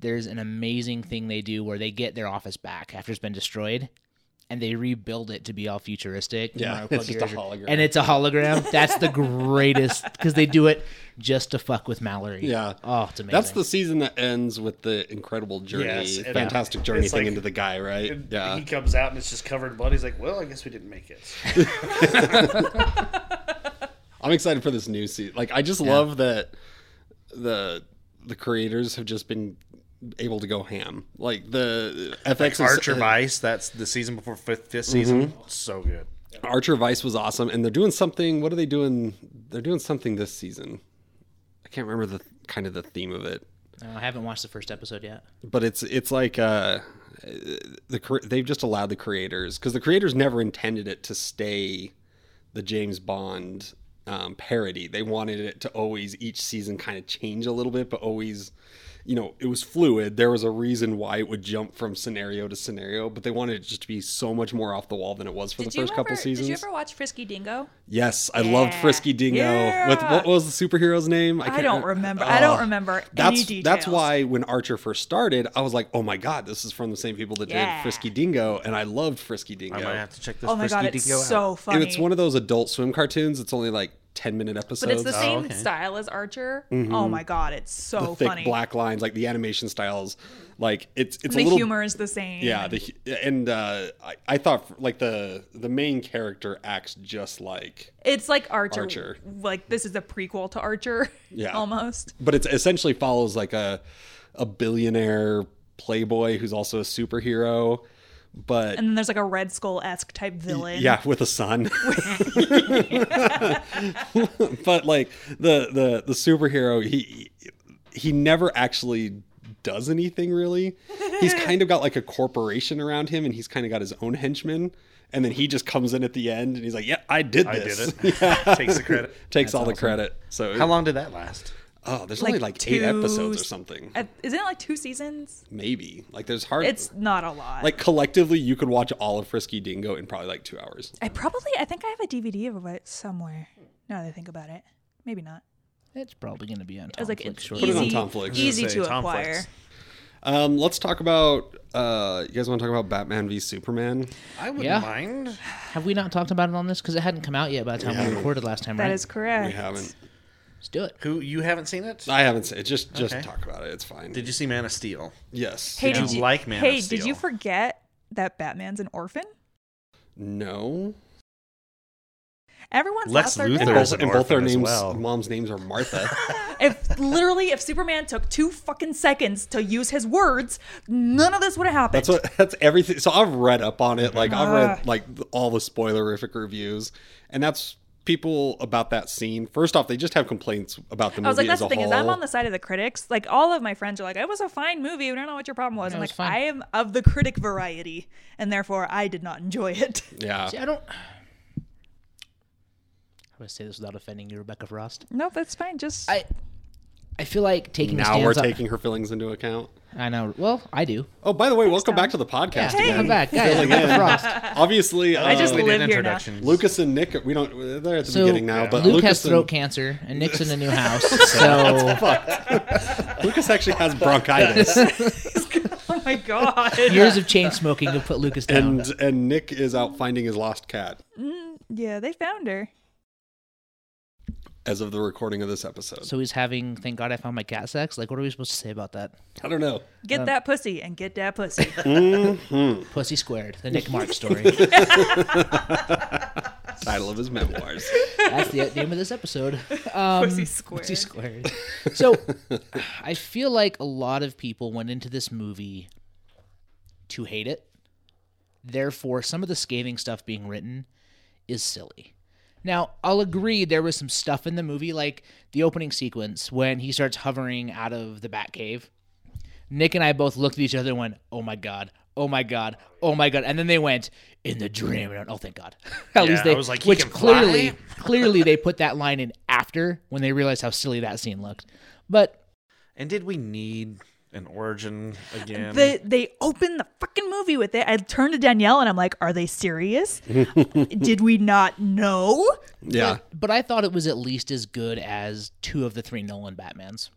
S3: there's an amazing thing they do where they get their office back after it's been destroyed, and they rebuild it to be all futuristic.
S7: Yeah,
S3: Mario
S7: it's
S3: Plug
S7: just a
S3: Yours, or-
S7: hologram.
S3: and it's a hologram. That's the greatest because they do it just to fuck with Mallory.
S7: Yeah.
S3: oh, it's amazing.
S7: That's the season that ends with the incredible journey,
S4: Yes, and-
S7: fantastic
S4: yeah.
S7: journey
S4: It's
S7: thing
S4: like-
S7: into the guy, right?
S4: And
S7: yeah.
S4: He comes out and it's just covered in blood. He's like, "Well, I guess we didn't make it."
S7: I'm excited for this new season. Like, I just love that the the creators have just been able to go ham. Like the FX is-
S4: Archer
S7: uh, Mm-hmm.
S4: Vice. That's the season before fifth, fifth season. So good.
S7: Archer Vice was awesome, and they're doing something. What are they doing? They're doing something this season. I can't remember the kind of the theme of it.
S3: Uh, I haven't watched the first episode yet.
S7: but it's it's like uh the cre- they've just allowed the creators because the creators never intended it to stay the James Bond um, parody. They wanted it to always each season kind of change a little bit, but always you know it was fluid. There was a reason why it would jump from scenario to scenario, but they wanted it just to be so much more off the wall than it was for
S6: did
S7: the first
S6: you
S7: couple
S6: ever,
S7: seasons.
S6: Did you ever watch Frisky Dingo?
S7: yes, I loved
S6: Yeah.
S7: Frisky Dingo with
S6: Yeah.
S7: what was the superhero's name?
S6: I
S7: can't
S6: don't
S7: rem-
S6: remember. I don't
S7: Oh.
S6: remember
S7: that's
S6: any details.
S7: that's why when Archer first started, I was like, "Oh my god, this is from the same people that
S6: Yeah.
S7: did Frisky Dingo," and I loved Frisky Dingo.
S4: I might have to check this.
S6: Oh my
S4: Frisky
S6: god, it's
S4: Dingo out.
S6: so funny.
S7: And it's one of those adult swim cartoons. It's only like ten minute
S6: but
S7: episodes.
S6: it's the same style as Archer. Oh my god, it's so
S7: Mm-hmm. thick
S6: funny.
S7: black lines, like the animation styles, like it's it's
S6: and
S7: a
S6: the
S7: little
S6: humor is the same.
S7: Yeah, the, hu- and uh, I, I thought like the the main character acts just like,
S6: it's like Archer.
S7: Archer.
S6: Like this is a prequel to Archer. [LAUGHS]
S7: Yeah.
S6: almost.
S7: but it essentially follows like a a billionaire playboy who's also a superhero, but
S6: And then there's like a Red Skull esque type villain.
S7: Yeah, with a son. [LAUGHS] but like the the the superhero, he he never actually does anything really. He's kind of got like a corporation around him, and he's kind of got his own henchmen. And then he just comes in at the end, and he's like, "Yeah, I did
S4: I did
S7: this."
S4: it. Takes the credit.
S7: [LAUGHS] Takes all the credit. So
S4: How long did that last?
S7: Oh, there's
S6: Like
S7: only like eight
S6: two
S7: episodes or
S6: s-
S7: something,
S6: Uh, Isn't it like two seasons?
S7: maybe. Like there's hard.
S6: It's not a lot.
S7: Mm. like collectively, you could watch all of Frisky Dingo in probably like two hours.
S6: I probably I think I have a DVD of it somewhere. Now that I think about it, maybe not.
S3: It's probably going to be on. Tom
S6: It was like
S3: Flick
S6: it's
S3: shortly.
S7: Put it on
S6: easy,
S7: Tom Flicks.
S6: easy
S4: Say
S6: to
S4: Tom
S6: acquire.
S4: Flicks.
S7: Um, let's talk about. Uh, you guys want to talk about Batman v Superman?
S4: I wouldn't
S3: Yeah.
S4: mind.
S3: Have we not talked about it on this? Because it hadn't come out yet by the time we recorded last time,
S6: That
S3: right?
S6: is correct.
S7: We haven't.
S3: Let's do it.
S4: Who you haven't seen it?
S7: I haven't seen it. Just just
S4: Okay.
S7: talk about it. It's fine.
S4: Did you see Man of Steel?
S7: yes.
S6: Hey,
S4: Did
S6: did
S4: you
S6: you
S4: like Man of
S6: Hey, did
S4: Steel?
S6: you forget that Batman's an orphan?
S7: no.
S6: Everyone's
S4: Lex
S6: lost their
S4: Luthor
S6: dad.
S4: is- an
S7: and both their
S4: orphan as
S7: names,
S4: well.
S7: mom's names are Martha.
S4: [LAUGHS]
S6: If literally, if Superman took two fucking seconds to use his words, none of this would have happened.
S7: that's what. That's everything. So I've read up on it. Like I've
S6: Ah.
S7: read like th- all the spoilerific reviews, and that's people about that scene. First off, they just have complaints about the movie
S6: I was like,
S7: as
S6: that's the
S7: a
S6: thing
S7: whole.
S6: is I'm on the side of the critics. Like all of my friends are like, it was a fine movie. We don't know what your problem was. I'm
S3: it was
S6: like,
S3: fine.
S6: I am of the critic variety, and therefore I did not enjoy it. [LAUGHS]
S7: yeah.
S3: See, I don't. How do I say this without offending you, Rebecca Frost?
S6: no, that's fine. Just
S3: I I feel like taking a
S7: Now
S3: stance
S7: we're
S3: on-
S7: taking her feelings into account.
S3: I know. Well, I do.
S7: Oh, by the way, welcome back to the
S3: Yeah,
S7: podcast
S3: I'm
S7: again.
S3: back, guys. Rebecca Frost.
S7: Obviously, uh,
S6: I just
S4: We did
S6: live
S4: an
S6: here now.
S4: introduction.
S7: Lucas and Nick, we don't. They're at the
S3: So
S7: beginning now, but
S3: Luke
S7: Lucas
S3: has throat cancer, and Nick's in a
S7: [LAUGHS]
S3: new house. So
S7: and, Lucas actually has bronchitis,
S6: [LAUGHS]
S3: [LAUGHS]
S6: oh my god.
S3: years of chain smoking have put Lucas down.
S7: and and Nick is out finding his lost cat
S6: Mm, yeah, they found her.
S7: as of the recording of this episode.
S3: so he's having. Thank God I found my cat sex. Like, what are we supposed to say about that?
S7: I don't know.
S6: Get that pussy and get that
S7: [LAUGHS]
S6: pussy.
S3: Mm-hmm. Pussy squared. The Nick Mark story.
S7: Title of his memoirs.
S3: That's the name of this episode. Um,
S6: Pussy squared.
S3: Pussy squared. So, I feel like a lot of people went into this movie to hate it. Therefore, some of the scathing stuff being written is silly. Now, I'll agree there was some stuff in the movie, like the opening sequence when he starts hovering out of the Batcave. Nick and I both looked at each other and went, "Oh my god." Oh my god! Oh my god! And then they went in the dream. And I went, oh, thank God! [LAUGHS] At least they,
S4: I was like, "He
S3: which
S4: can fly?" [LAUGHS]
S3: clearly, clearly they put that line in after when they realized how silly that scene looked. But
S4: And did we need an origin again?
S6: They they open the fucking movie with it. I turned to Danielle and I'm like, "Are
S3: [LAUGHS]
S6: they serious? Did we not know?"
S7: Yeah.
S3: but I thought it was at least as good as two of the three Nolan Batmans.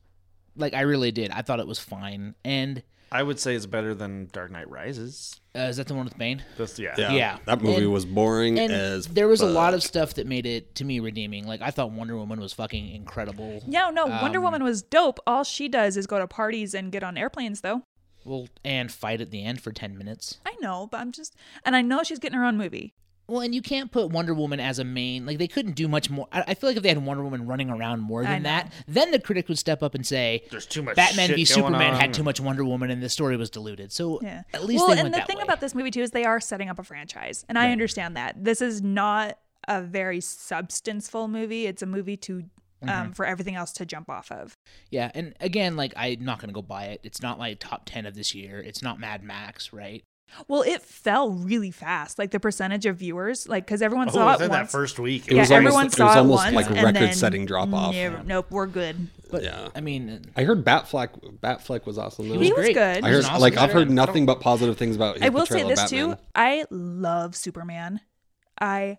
S3: Like I really did. I thought it was fine. And
S4: I would say it's better than Dark Knight Rises.
S3: uh, is that the one with Bane?
S4: That's yeah.
S3: Yeah.
S7: That movie
S3: And-
S7: was boring
S3: And
S7: as
S3: there was a lot of stuff that made it to me redeeming. Like I thought Wonder Woman was fucking incredible.
S6: No, no.
S3: Um,
S6: Wonder Woman was dope. All she does is go to parties and get on airplanes, though.
S3: Well, and fight at the end for ten minutes.
S6: I know, but I'm just, and I know she's getting her own movie.
S3: Well, and you can't put Wonder Woman as a main. Like they couldn't do much more. I, I feel like if they had Wonder Woman running around more
S6: I
S3: than
S6: know.
S3: that, then the critic would step up and say,
S4: There's too much.
S3: Batman
S4: shit
S3: v
S4: going
S3: Superman
S4: on.
S3: had too much Wonder Woman and the story was diluted. So
S6: Yeah.
S3: at least
S6: well,
S3: they
S6: and
S3: went
S6: the
S3: that
S6: thing
S3: way.
S6: about this movie too is they are setting up a franchise, and I understand that this is not a very substanceful movie. It's a movie to, um,
S3: Mm-hmm.
S6: for everything else to jump off of.
S3: yeah, and again, like I'm not gonna go buy it. It's not my top ten of this year. It's not Mad Max, right?
S6: Well, it fell really fast, like the percentage of viewers, like because everyone
S4: Oh,
S6: saw it
S4: within that
S6: once.
S4: first week,
S7: It
S6: yeah,
S7: was almost-
S6: everyone
S7: it was
S6: saw it
S7: almost
S6: once,
S7: like a
S6: and then
S7: record-setting drop-off.
S6: never- Nope, we're good.
S3: But
S7: Yeah.
S3: I mean,
S7: I heard Batfleck Batfleck was awesome though.
S6: He was
S3: great.
S6: good.
S7: I
S3: He
S7: heard
S3: was an awesome
S7: like I've heard
S3: Batman.
S7: nothing but positive things about his
S6: I will say
S7: portrayal of
S6: this
S7: Batman.
S6: too. I love Superman. I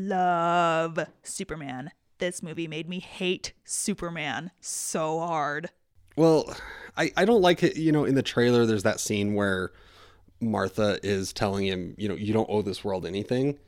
S6: love Superman. This movie made me hate Superman so hard.
S7: Well, I, I don't like it. You know, in the trailer, there's that scene where Martha is telling him, you know, you don't owe this world anything.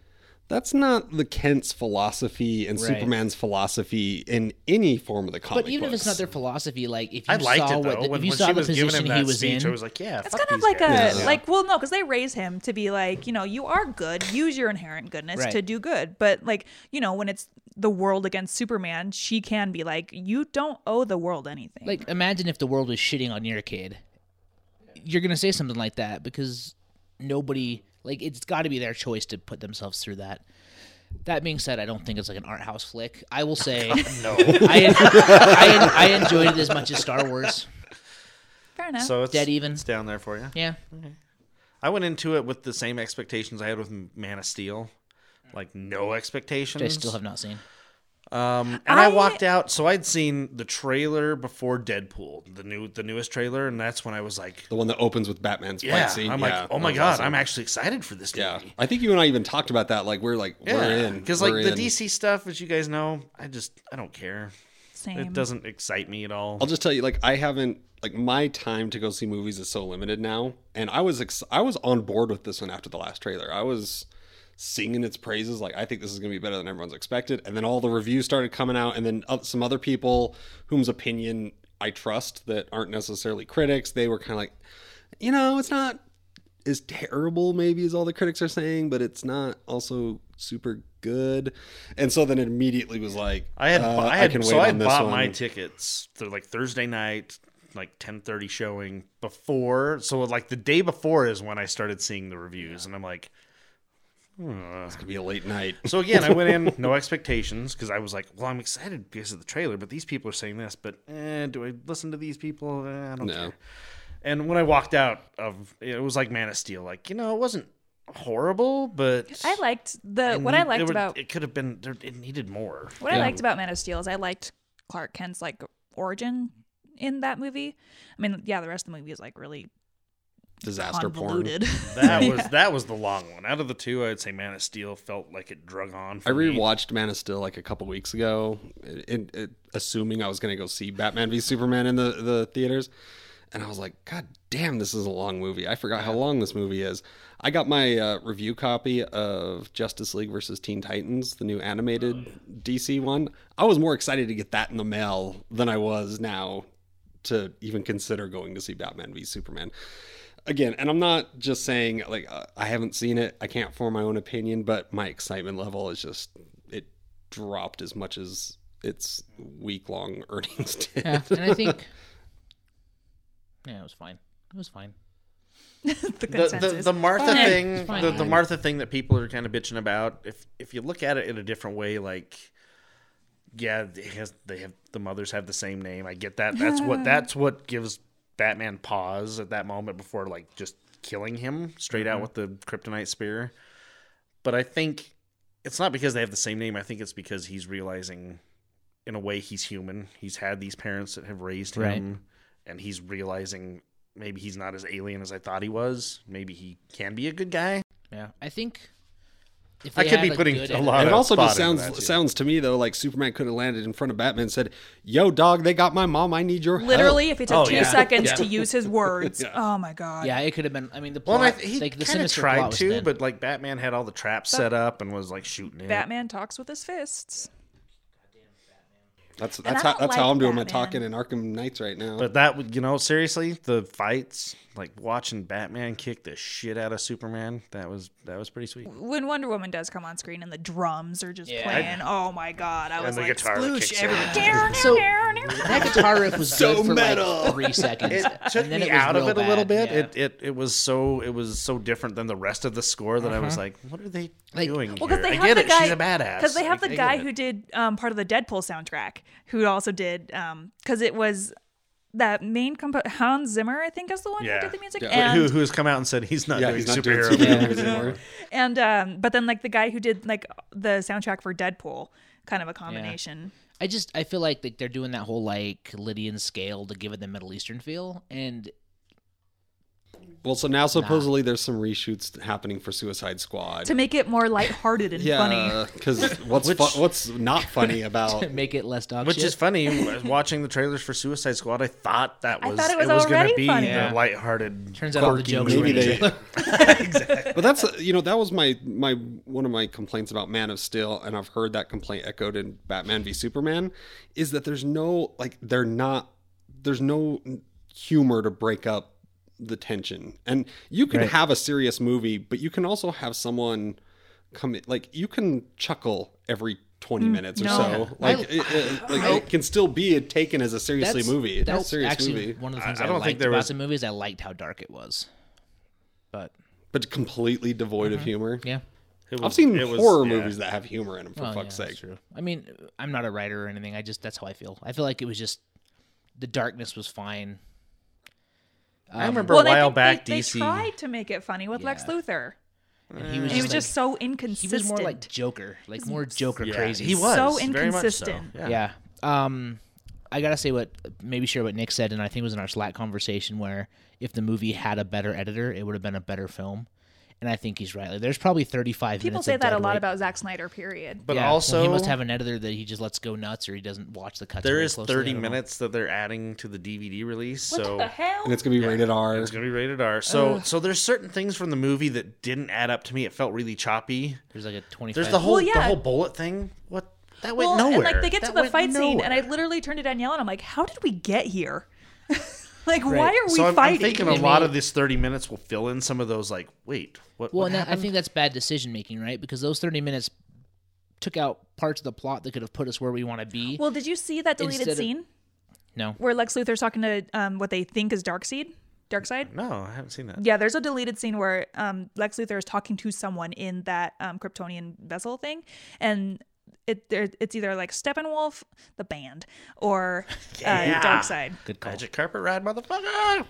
S7: That's not the Kent's philosophy and
S3: Right.
S7: Superman's philosophy in any form of the comic.
S3: but even if it's not
S7: books.
S3: their philosophy, like if you
S4: I liked
S3: saw
S4: it though.
S3: what the,
S4: when
S3: if you
S4: when
S3: saw
S4: she
S3: the
S4: was giving
S3: position
S4: him
S3: he
S4: that
S3: was
S4: speech,
S3: in,
S4: I was like, yeah,
S6: It's
S4: fuck
S6: kind of
S4: these
S6: like
S4: guys.
S6: a like well no because they raise him to be like you know you are good use your inherent goodness
S3: Right.
S6: to do good but like you know when it's the world against Superman she can be like you don't owe the world anything
S3: like imagine if the world was shitting on your kid, you're gonna say something like that because nobody like it's got to be their choice to put themselves through that. That being said, I don't think it's like an art house flick. I will
S4: [LAUGHS]
S3: say,
S4: no.
S6: [LAUGHS]
S3: I, I, I enjoyed it as much as Star Wars.
S6: fair enough
S4: So it's
S3: Dead even.
S4: It's down there for you.
S3: Yeah.
S4: I went into it with the same expectations I had with Man of Steel, like no expectations.
S3: Which I still have not seen.
S4: Um, and I,
S6: I-
S4: walked out, so I'd seen the trailer before Deadpool, the new, the newest trailer, and that's when I was like,
S7: the one that opens with Batman's
S4: yeah,
S7: fight scene.
S4: I'm
S7: Yeah,
S4: like, oh my
S7: that was
S4: god,
S7: awesome.
S4: I'm actually excited for this
S7: Yeah,
S4: movie.
S7: I think you and I even talked about that. Like we're like we're in
S4: because like
S7: we're
S4: the
S7: in.
S4: DC stuff, as you guys know, I just I don't care.
S6: same
S4: It doesn't excite me at all.
S7: I'll just tell you, like I haven't like my time to go see movies is so limited now, and I was ex- I was on board with this one after the last trailer. I was singing its praises, like I think this is going to be better than everyone's expected, and then all the reviews started coming out, and then oth- some other people whom's opinion I trust that aren't necessarily critics, they were kind of like, you know, it's not as terrible maybe as all the critics are saying, but it's not also super good, and so then it immediately was like,
S4: I had,
S7: uh,
S4: I had,
S7: can wait
S4: so I
S7: on
S4: had
S7: this
S4: bought
S7: one.
S4: my tickets. They're like Thursday night, like ten thirty showing before. So like the day before is when I started seeing the reviews, and I'm like, hmm.
S7: It's gonna be a late night.
S4: [LAUGHS] so again, I went in
S7: [LAUGHS]
S4: no expectations because I was like, well, I'm excited because of the trailer, but these people are saying this, but eh, do I listen to these people? Eh, I don't
S7: No.
S4: care. And when I walked out of, it was like Man of Steel. Like you know, it wasn't horrible, but
S6: I liked the what
S4: need-
S6: I
S4: there
S6: liked
S4: were-
S6: about
S4: it could have been there, it needed more.
S6: What I liked about Man of Steel is I liked Clark Kent's like origin in that movie. I mean, yeah, the rest of the movie is like really
S7: Disaster porn.
S6: convoluted. [LAUGHS]
S4: That was that was the long one. Out of the two, I'd say Man of Steel felt like it drug on. For
S7: I
S4: me.
S7: rewatched Man of Steel like a couple weeks ago, it, it, it- assuming I was going to go see Batman v Superman in the, the theaters. And I was like, God damn, this is a long movie. I forgot how long this movie is. I got my uh, review copy of Justice League versus Teen Titans, the new animated DC one. I was more excited to get that in the mail than I was now to even consider going to see Batman v Superman. again, and I'm not just saying like uh, I haven't seen it. I can't form my own opinion, but my excitement level is just it dropped as much as its week long [LAUGHS] earnings did.
S3: [LAUGHS] Yeah, and I think yeah, it was fine. It was fine.
S6: the
S4: The, the,
S6: consensus.
S4: the Martha thing,
S3: fine.
S4: the, the Martha thing that people are kind of bitching about. If if you look at it in a different way, like, yeah, they has, they have the mothers have the same name. I get that. That's what that's what gives Batman pause at that moment before like just killing him straight out with the kryptonite spear. But I think it's not because they have the same name. I think it's because he's realizing, in a way, he's human. He's had these parents that have raised him,
S3: Right.
S4: and he's realizing maybe he's not as alien as I thought he was. Maybe he can be a good guy.
S3: Yeah, I think if
S4: I
S3: they
S4: could
S3: had
S4: be
S3: a
S4: putting
S3: good
S4: a
S3: end-
S4: lot
S7: And
S4: of
S7: it also
S4: thought
S7: just
S4: into
S7: sounds
S4: that, too.
S7: sounds to me though like Superman could have landed in front of Batman and said, "Yo, dog, they got my mom. I need your help."
S6: Literally, if it took
S4: Oh,
S6: two [LAUGHS]
S4: yeah.
S6: seconds to use his words, oh my
S3: [LAUGHS]
S6: god.
S3: Yeah, it could have been. I mean, the
S4: Well,
S3: plot,
S4: and I, he
S3: like the
S4: kind of
S3: sinister plot
S4: tried
S3: was
S4: to,
S3: then.
S4: but like Batman had all the traps set up and was like shooting it.
S6: Batman talks with his fists.
S7: That's
S6: And
S7: that's
S6: I
S7: how
S6: don't
S7: that's how
S6: like
S7: I'm doing my
S6: Batman.
S7: talking in Arkham Knights right now.
S4: But that would, you know, seriously, the fights, like watching Batman kick the shit out of Superman, that was that was pretty sweet.
S6: When Wonder Woman does come on screen and the drums are just
S3: Yeah.
S6: playing, oh my god! I was
S4: the
S6: like,
S4: guitar that
S6: sploosh
S4: kicks
S6: everywhere.
S3: So- that guitar riff
S4: [LAUGHS]
S3: was
S7: So
S3: good for
S7: metal.
S3: like three seconds.
S4: It
S3: [LAUGHS]
S4: took
S3: and then
S4: me
S3: it was
S4: out of
S3: real
S4: it a little
S3: bad,
S4: bit.
S3: yeah.
S4: It, it it was so it was so different than the rest of the score that I was like, what are they
S3: Like-
S4: doing?
S6: Well,
S4: here?
S6: because they have
S4: I get
S6: the
S4: it.
S6: guy
S4: She's a badass.
S6: Because they have the
S4: I- I get
S6: guy
S4: it.
S6: who did um, part of the Deadpool soundtrack, who also did because it was that main compo- Hans Zimmer, I think, is the one
S4: Yeah.
S6: who did the music.
S7: Yeah.
S4: But
S6: And,
S4: who who has come out and said he's not
S7: yeah,
S4: doing
S7: he's not doing
S4: superhero.
S7: superheroes anymore.
S6: and um, but then like the guy who did like the soundtrack for Deadpool, kind of a combination.
S3: I just I feel like like they're doing that whole like Lydian scale to give it the Middle Eastern feel, and [LAUGHS]
S7: Well, so now supposedly there's some reshoots happening for Suicide Squad.
S6: To make it more lighthearted and funny.
S7: yeah, [LAUGHS] because what's
S4: Which-
S7: fu- what's not funny
S3: [LAUGHS]
S7: about
S3: make it less dog
S4: Which
S3: shit.
S4: is funny. watching the trailers for Suicide Squad, I thought that
S6: I
S4: was
S6: thought it was
S4: going
S6: already
S4: to be
S6: funny.
S4: the
S3: Yeah.
S4: lighthearted.
S3: Turns out all the
S4: quirky
S3: jokes
S4: movie.
S7: maybe
S3: were
S7: they
S3: [LAUGHS]
S7: But that's uh, you know that was my my one of my complaints about Man of Steel, and I've heard that complaint echoed in Batman v Superman, is that there's no like they're not there's no humor to break up the tension, and you can have a serious movie, but you can also have someone come in, like you can chuckle every. 20
S3: Mm.
S7: minutes or
S6: no.
S7: so like, it, it, like it can still be taken as a seriously movie
S3: That's
S7: that's a serious
S3: actually
S7: movie
S3: one of the things
S4: I
S3: I,
S4: don't think
S3: liked
S4: there
S3: about
S4: was-
S3: the movie is I liked how dark it was. But
S7: but completely devoid
S3: Mm-hmm.
S7: of humor
S3: yeah,
S4: It was-
S7: i've seen
S4: it was-
S7: horror
S4: yeah.
S7: movies that have humor in them for
S3: Well, yeah,
S7: fuck's
S3: that's
S7: sake
S3: true. I mean, I'm not a writer or anything. I just that's how I feel. I feel like it was just the darkness was fine.
S4: I remember
S6: Well,
S4: a
S6: and I
S4: while
S6: think they-
S4: back,
S6: they,
S4: DC.
S6: tried to make it funny with Lex
S3: Yeah.
S6: Luthor,
S3: And he was
S6: and he was
S3: like-
S6: just so
S3: he
S6: inconsistent.
S3: was more like Joker, like more Joker
S4: Yeah,
S3: crazy.
S4: He was
S6: So
S4: very much so.
S6: inconsistent.
S4: Yeah.
S3: Yeah. Um, I gotta say what maybe share what Nick said, and I think it was in our Slack conversation where if the movie had a better editor, it would have been a better film. And I think he's right. Like, there's probably 35
S6: People
S3: minutes
S6: say
S3: of
S6: that
S3: dead
S6: a lot
S3: weight.
S6: about Zack Snyder. Period.
S4: But
S3: Yeah, well,
S4: also,
S3: he must have an editor that he just lets go nuts, or he doesn't watch the cuts.
S4: there
S3: very
S4: is
S3: closely. I
S4: 30
S3: don't know.
S4: minutes that they're adding to the DVD release.
S6: What
S4: so
S6: the hell?
S7: and it's gonna be rated R.
S4: It's gonna be rated R. So so there's certain things from the movie that didn't add up to me. It felt really choppy.
S3: There's like a 25.
S4: There's the whole the
S6: yeah.
S4: whole bullet thing. What that went
S6: well, and
S4: nowhere.
S6: like they get to
S4: That
S6: the
S4: went
S6: fight scene,
S4: nowhere.
S6: and I literally turned to Danielle and I'm like, "How did we get here? [LAUGHS] like, why are we
S4: so I'm, I'm
S6: fighting?"
S4: thinking a lot of this 30 minutes will fill in some of those. Like wait, what?
S3: Well,
S4: what
S3: and that, I
S4: happened?
S3: think that's bad decision making, right? Because those 30 minutes took out parts of the plot that could have put us where we want to be.
S6: well, did you see that deleted
S3: Instead of-
S6: scene
S3: no.
S6: where Lex Luthor's talking to um, what they think is Darkseid? Darkseid.
S4: no, I haven't seen that.
S6: Yeah, there's a deleted scene where um, Lex Luthor is talking to someone in that um, Kryptonian vessel thing, and it there, it's either like Steppenwolf, the band, or
S4: [LAUGHS] Yeah.
S6: uh, Darkseid.
S3: Good call.
S4: Magic carpet ride, motherfucker.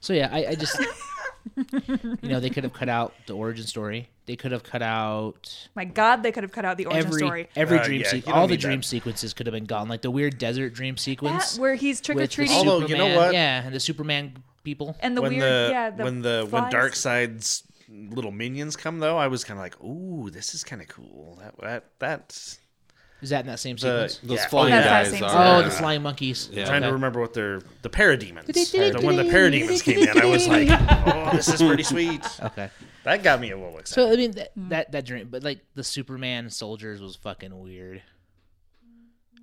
S3: So yeah, I, I just [LAUGHS] you know they could have cut out the origin story. They could have cut out
S6: My God, they could have cut out the origin
S3: every
S6: story.
S3: every
S4: Uh,
S3: dream
S4: yeah, you
S3: sequence.
S4: don't
S3: All the
S4: need that.
S3: dream sequences could have been gone, like the weird desert dream
S6: That
S3: sequence.
S6: where he's trick or
S3: with the
S6: treating
S4: Although, you know
S3: Superman-
S4: what?
S3: Yeah, and the Superman people.
S6: and the
S4: when
S6: weird
S4: the
S6: yeah the
S4: when the when
S6: flies.
S4: dark side's little minions come though i was kind of like ooh this is kind of cool that that that's
S3: Is that in that same
S4: the
S3: sequence?
S7: Those
S4: yeah.
S7: flying
S6: Oh, yeah.
S7: guys
S6: That's
S7: are.
S6: how it
S3: oh,
S6: yeah.
S3: the flying monkeys.
S7: Yeah.
S4: trying to
S3: Okay.
S4: remember what they're the parademons the, when the parademons came in i was like oh this is pretty sweet
S3: [LAUGHS] Okay.
S4: that got me a little excited
S3: So I mean
S6: Mm.
S3: that, that that dream, but like the Superman soldiers was fucking weird.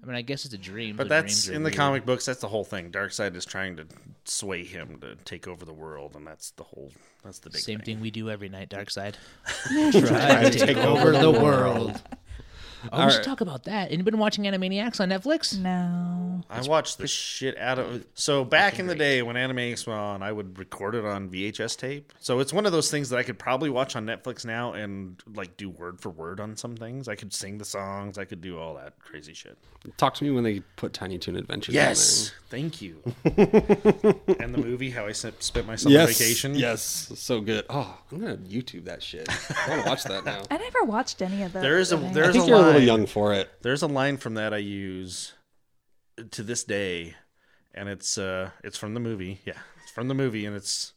S3: I mean, I guess it's a dream,
S4: but
S3: so
S4: that's
S3: dreams are
S4: in the
S3: weird.
S4: comic books that's the whole thing dark side is trying to sway him to take over the world, and that's the whole. That's the big
S3: Same thing we do every night, Dark
S7: [LAUGHS]
S3: Side.
S7: Try to take over the world.
S3: Oh, we should talk about that. And you've been watching Animaniacs on Netflix?
S6: No.
S4: I watched the shit out of. So back in the day when Animaniacs were on, I would record it on VHS tape. So it's one of those things that I could probably watch on Netflix now and like do word for word on some things. I could sing the songs. I could do all that crazy shit.
S7: Talk to me when they put Tiny Toon Adventures.
S4: Yes, thank
S7: [LAUGHS]
S4: you. and the movie, how I sent- spent my
S7: On
S4: summer
S7: there. Yes.
S4: vacation.
S7: Yes. So good. Oh, I'm gonna YouTube that shit. I want to watch that now.
S6: I never watched any of those.
S4: There is a-
S6: I think.
S4: there
S7: I
S4: There's
S7: think
S4: a
S7: you're a little
S4: line.
S7: young for it.
S4: There's a line from that I use to this day, and it's uh, it's from the movie. Yeah, it's from the movie, and it's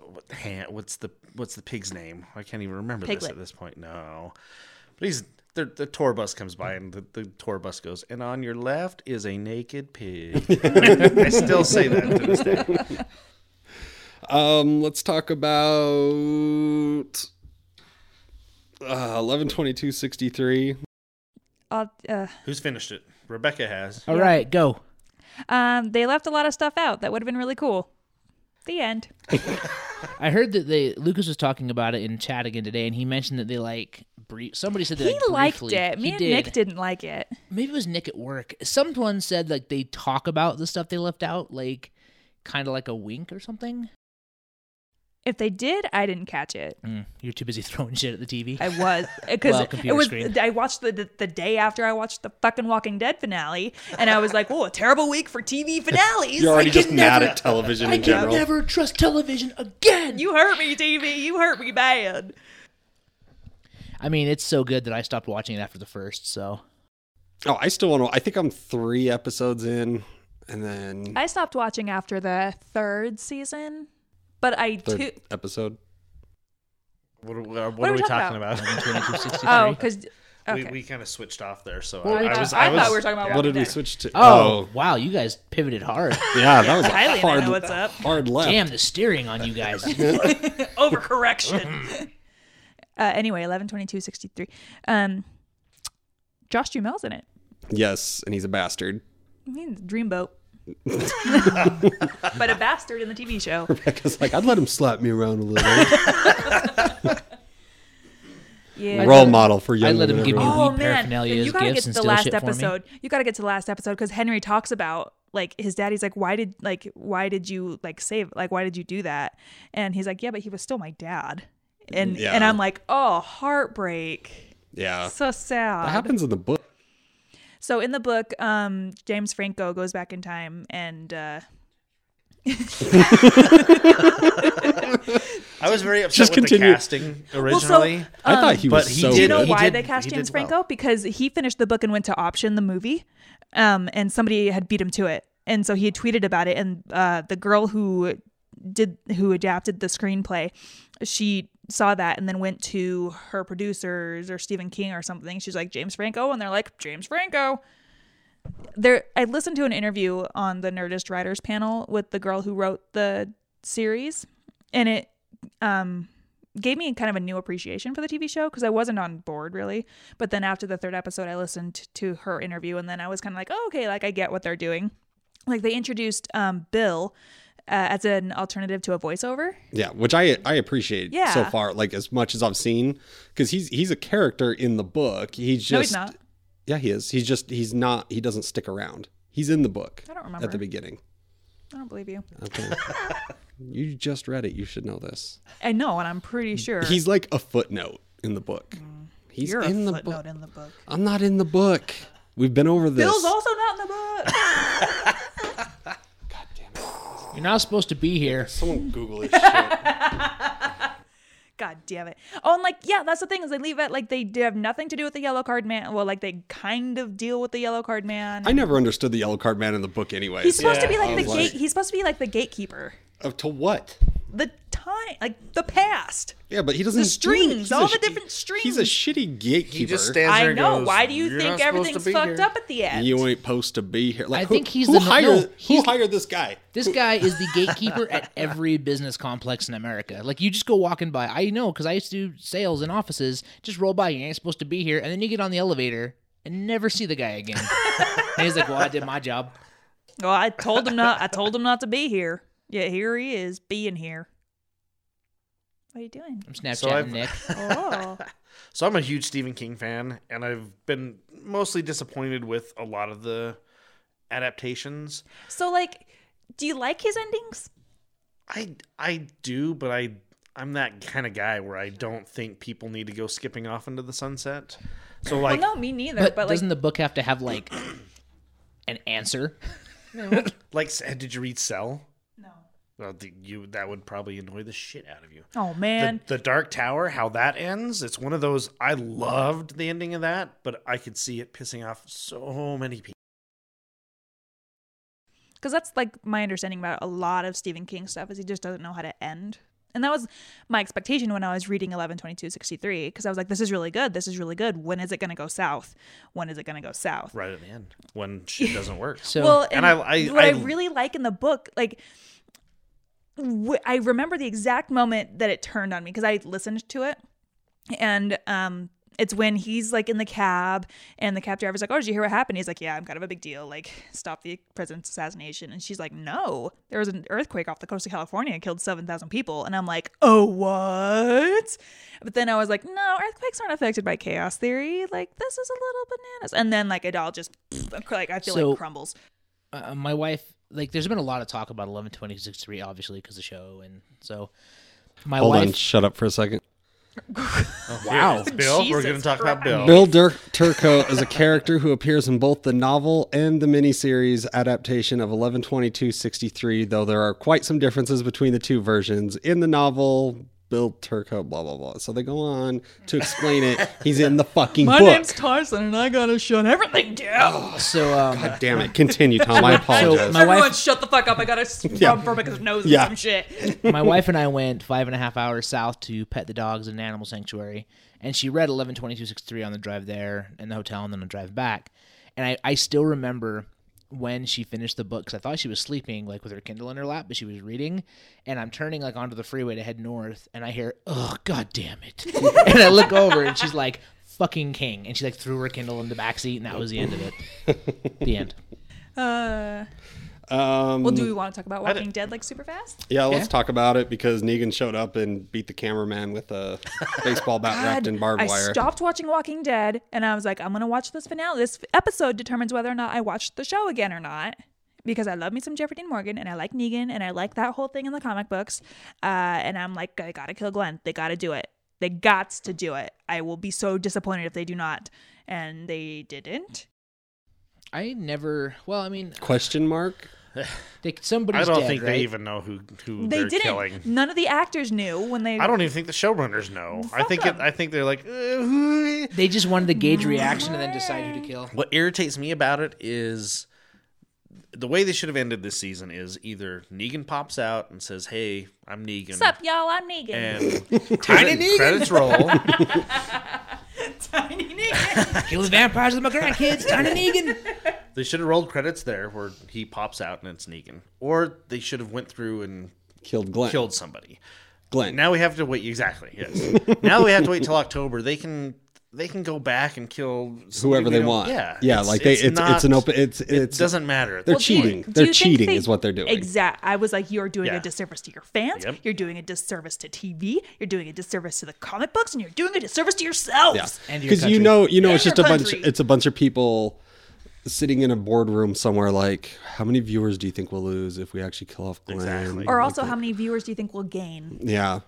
S4: what the hand, what's the what's the pig's name? I can't even remember this
S6: Piglet.
S4: at this point. No, but he's the the tour bus comes by, and the, the tour bus goes, and on your left is a naked
S7: [LAUGHS]
S4: pig. I still say that to this day.
S7: Um, let's talk about uh, eleven twenty two sixty three.
S6: I'll- uh,
S4: Who's finished it? Rebecca has.
S3: All right, go.
S6: um, they left a lot of stuff out that would have been really cool. The end.
S3: I heard that they Lucas was talking about it in chat again today, and he mentioned that they like brief. Somebody said they,
S6: He
S3: like,
S6: liked
S3: briefly-
S6: it. Me
S3: He
S6: and
S3: did.
S6: Nick didn't like it.
S3: Maybe it was Nick at work. Someone said like they talk about the stuff they left out, like kind of like a wink or something.
S6: If they did, I didn't catch it.
S3: Mm, you're too busy [LAUGHS] throwing shit at the TV.
S6: I
S3: [LAUGHS]
S6: was because
S3: Well,
S6: it
S3: computer
S6: was.
S3: screen.
S6: I watched the, the the day after I watched the fucking Walking Dead finale, and I was like, "Whoa, a terrible week for
S4: [LAUGHS]
S6: TV finales."
S7: You're already
S6: I
S7: just
S6: can
S7: mad
S6: never-
S7: at television
S3: I
S7: in
S3: can
S7: general.
S3: never trust television again.
S6: [LAUGHS] You hurt me, TV. You hurt me bad.
S3: I mean, it's so good that I stopped watching it after the first.
S7: [LAUGHS]
S3: So
S7: Oh, I still want to. I think I'm three episodes in, and then
S6: I stopped watching after the third season, but I
S7: third
S6: too.
S7: episode.
S4: What, are- what,
S6: What
S4: are [LAUGHS] we talking about?
S6: Oh, because okay.
S4: We, we kind of switched off there, so
S6: Well, we
S4: I, I
S6: talked-
S4: was.
S6: I
S4: I,
S6: thought
S4: was,
S6: we were talking about
S7: What
S6: Walking
S7: did we
S6: Dead.
S7: switch to?
S3: oh, wow, you guys pivoted hard.
S7: yeah, that was a
S6: Kylie and I
S7: hard,
S6: know what's up.
S7: hard left.
S3: Damn, the steering on you guys.
S6: Overcorrection. [LAUGHS] uh, anyway, eleven twenty two sixty three. Um, Josh Duhamel's in it.
S7: Yes, and he's a bastard. [LAUGHS]
S6: I mean, Dreamboat. but a bastard in the TV show.
S7: Rebecca's like, I'd let him slap me around a little.
S6: [LAUGHS] Yeah. Oh,
S7: Role model for young.
S3: I'd let him
S7: women
S3: give me-
S7: everywhere.
S3: weed paraphernalia
S6: you
S3: as
S6: gotta
S3: gifts
S6: get
S3: and
S6: to the
S3: steal
S6: last
S3: shit for me.
S6: episode. You got to get to the last episode because Henry talks about like his daddy's like, why did like why did you like save like why did you do that? And he's like, yeah, but he was still my dad. And
S7: Yeah.
S6: and I'm like, oh, heartbreak,
S7: Yeah,
S6: so sad.
S7: that happens in the book.
S6: So in the book, um, James Franco goes back in time and uh,
S4: I was very upset
S7: Just
S4: with
S7: continue.
S4: the casting originally.
S6: well, so
S7: I thought he was
S4: but he
S7: so
S4: did-
S6: Do Um,
S7: good.
S6: you know
S4: He
S6: why
S4: did-
S6: they cast
S4: he
S6: James
S4: did well.
S6: Franco? Because he finished the book and went to option the movie, um, and somebody had beat him to it, and so he had tweeted about it. And uh, the girl who did who adapted the screenplay, she saw that and then went to her producers or Stephen King or something. She's like James Franco, and they're like James Franco. There, I listened to an interview on the Nerdist writers panel with the girl who wrote the series, and it um gave me kind of a new appreciation for the TV show because I wasn't on board really. But then after the third episode, I listened to her interview and then I was kind of like, oh, okay, like I get what they're doing. Like they introduced um, Bill uh, as an alternative to a voiceover.
S7: Yeah, which I I appreciate
S6: Yeah.
S7: so far, like as much as I've seen, because he's he's a character in the book. He's just
S6: no, he's not.
S7: yeah, he is. He's just he's not. He doesn't stick around. He's in the book.
S6: I don't
S7: at
S6: remember.
S7: the beginning.
S6: I don't believe you. [LAUGHS]
S7: Okay, you just read it. You should know this.
S6: I know, and I'm pretty sure
S7: He's like a footnote in the book. He's
S6: Mm. you're
S7: in
S6: a
S7: the
S6: footnote
S7: book.
S6: in the book.
S7: I'm not in the book. We've been over this.
S6: Bill's also not in the book. [LAUGHS]
S3: You're not supposed to be here.
S7: Someone Google this shit.
S6: God damn it. Oh, and like, yeah, that's the thing is they leave it like they do have nothing to do with the yellow card man. Well, like they kind of deal with the yellow card man.
S7: I never understood the yellow card man in the book, anyway.
S6: He's supposed to be
S7: I
S6: like the
S7: was like-
S6: gate. He's supposed to be like the gatekeeper.
S7: Up to what?
S6: the time, like the past.
S7: Yeah, but he doesn't. do it.
S6: strings,
S7: He's a
S6: all the
S7: sh-
S6: different
S7: He's
S6: strings.
S7: a shitty gatekeeper.
S4: He just stands there
S6: I
S4: and
S6: know.
S4: goes,
S6: Why do you
S4: "You're not
S6: think
S4: supposed
S6: everything's
S4: to be
S6: fucked
S4: here."
S6: up at the end?
S7: You ain't supposed to be here. Like,
S3: I
S7: who,
S3: think he's
S7: who
S3: the-
S7: hired
S3: no,
S7: who
S3: he's-
S7: hired this guy?
S3: This guy is the gatekeeper at every business complex in America. Like you just go walking by. I know because I used to do sales in offices. Just roll by. You ain't supposed to be here, and then you get on the elevator and never see the guy again. and he's like, "Well, I did my job."
S4: [LAUGHS]
S6: well, I told him not. I told him not to be here. Yeah, here he is being here. What are you
S4: [LAUGHS]
S6: doing?
S3: I'm Snapchatting
S4: So I've-
S3: Nick.
S6: Oh,
S4: So I'm a huge Stephen King fan, and I've been mostly disappointed with a lot of the adaptations.
S6: so like, do you like his endings?
S4: I I do, but I I'm that kind of guy where I don't think people need to go skipping off into the sunset. So like,
S6: well, no, me neither.
S3: But,
S6: But, like,
S3: doesn't the book have to have like an answer?
S4: like, did you read Cell?
S6: no.
S4: Well, th- you that would probably annoy the shit out of you.
S6: Oh
S4: The,
S6: man,
S4: the Dark Tower, how that ends, it's one of those. I loved the ending of that, but I could see it pissing off so many people.
S6: because that's like my understanding about a lot of Stephen King stuff is he just doesn't know how to end. And that was my expectation when I was reading 112263 because I was like, this is really good. This is really good. When is it going to go south? When is it going to go south?
S4: Right at the end,
S6: [LAUGHS]
S4: when shit doesn't work.
S3: So
S6: well,
S4: And
S6: and,
S4: I- I-
S6: what I,
S4: I-
S6: really like in the book, like, w- I remember the exact moment that it turned on me because I listened to it, and um, it's when he's like in the cab, and the cab driver's like, "Oh, did you hear what happened?" He's like, "Yeah, I'm kind of a big deal. Like, stop the president's assassination." And she's like, "No, there was an earthquake off the coast of California, and killed seven thousand people." And I'm like, "Oh, what?" But then I was like, "No, earthquakes aren't affected by chaos theory. Like, this is a little bananas." And then like it all just like I feel
S3: So-
S6: like crumbles.
S3: uh, my wife like there's been a lot of talk about 112063 obviously because the show and so my
S7: Hold on,
S3: wife
S7: shut up for a second.
S4: Wow, Bill, we're
S6: Jesus
S4: going to talk about Bill.
S7: Bill Dirk Turco is a character who appears in both the novel and the miniseries adaptation of 112263, though there are quite some differences between the two versions. In the novel, Bill Turco, blah, blah, blah. So they go on to explain it. He's in the fucking
S6: My
S7: book.
S6: name's Tyson, and I gotta shut everything
S4: Oh,
S6: down.
S3: so um
S7: God damn it. Continue, Tom.
S6: [LAUGHS]
S7: I apologize.
S3: So my
S6: Everyone,
S3: wife
S6: shut the fuck up! I gotta
S7: Yeah.
S6: rub Rebecca's nose
S7: Yeah.
S6: or some shit.
S3: my wife and i went five and a half hours south to pet the dogs in an animal sanctuary and she read 112263 on the drive there in the hotel and then on the drive back and i i still remember when she finished the book because i thought she was sleeping like with her kindle in her lap but she was reading and i'm turning like onto the freeway to head north and i hear oh god damn it [LAUGHS] and i look over and she's like fucking king and she like threw her kindle in the back seat and that was the end of it the end
S6: Uh,
S7: um,
S6: well, do we want to talk about Walking Dead like super fast?
S7: yeah, let's talk about it because Negan showed up and beat the cameraman with a baseball bat wrapped in barbed
S6: I
S7: wire.
S6: stopped watching Walking Dead, and I was like, I'm gonna watch this finale. This episode determines whether or not I watch the show again or not. Because I love me some Jeffrey Dean Morgan, and I like Negan, and I like that whole thing in the comic books. Uh, and I'm like, I gotta kill Glenn. They gotta do it. They gots to do it. I will be so disappointed if they do not. And they didn't.
S3: I never. Well, I mean,
S7: Question mark?
S3: they, somebody's
S4: I don't
S3: dead,
S4: think
S3: right?
S4: they even know who who
S6: they
S4: are
S6: didn't.
S4: killing.
S6: None of the actors knew when they.
S4: I don't even think the showrunners know. I
S6: Fuck
S4: think it,
S6: 'em.
S4: I think they're like. "Uh,
S3: They just wanted to gauge reaction and then decide who to kill.
S4: What irritates me about it is the way they should have ended this season is either Negan pops out and says, "Hey, I'm Negan,"
S6: What's up, y'all? I'm Negan.
S4: and [LAUGHS]
S3: [LAUGHS]
S4: tiny credits roll,
S6: [LAUGHS] Tiny
S3: [LAUGHS]
S6: Negan.
S3: Kill the vampires with my grandkids, [LAUGHS] Tiny Negan.
S4: They should have rolled credits there where he pops out and it's Negan, or they should have went through and
S7: Killed Glenn.
S4: killed somebody.
S7: Glenn.
S4: Now we have to wait. Exactly.
S7: [LAUGHS]
S4: Yes. now we have to wait till October. They can they can go back and kill somebody
S7: whoever
S4: we
S7: they
S4: don't-
S7: want.
S4: Yeah.
S7: yeah. Like they, it's it's,
S4: not-
S7: an open. It's
S4: It
S7: it's
S4: doesn't matter.
S7: They're
S6: Well, do you-
S7: cheating.
S6: do you
S7: They're
S6: think
S7: cheating
S6: they-
S7: is what they're doing.
S6: Exact. I was like, you are doing
S4: Yeah.
S6: a disservice to your fans.
S4: Yep.
S6: You're doing a disservice to TV. You're doing a disservice to the comic books, and you're doing a disservice to yourselves.
S7: Yeah.
S3: And your
S7: Because you
S3: country.
S7: know, you know,
S6: And
S7: it's just a
S6: your
S7: bunch.
S6: country.
S7: It's a bunch of people sitting in a boardroom somewhere. Like, how many viewers do you think we'll lose if we actually kill off Glenn?
S4: Exactly.
S6: Or also, how many viewers do you think will gain?
S7: Yeah.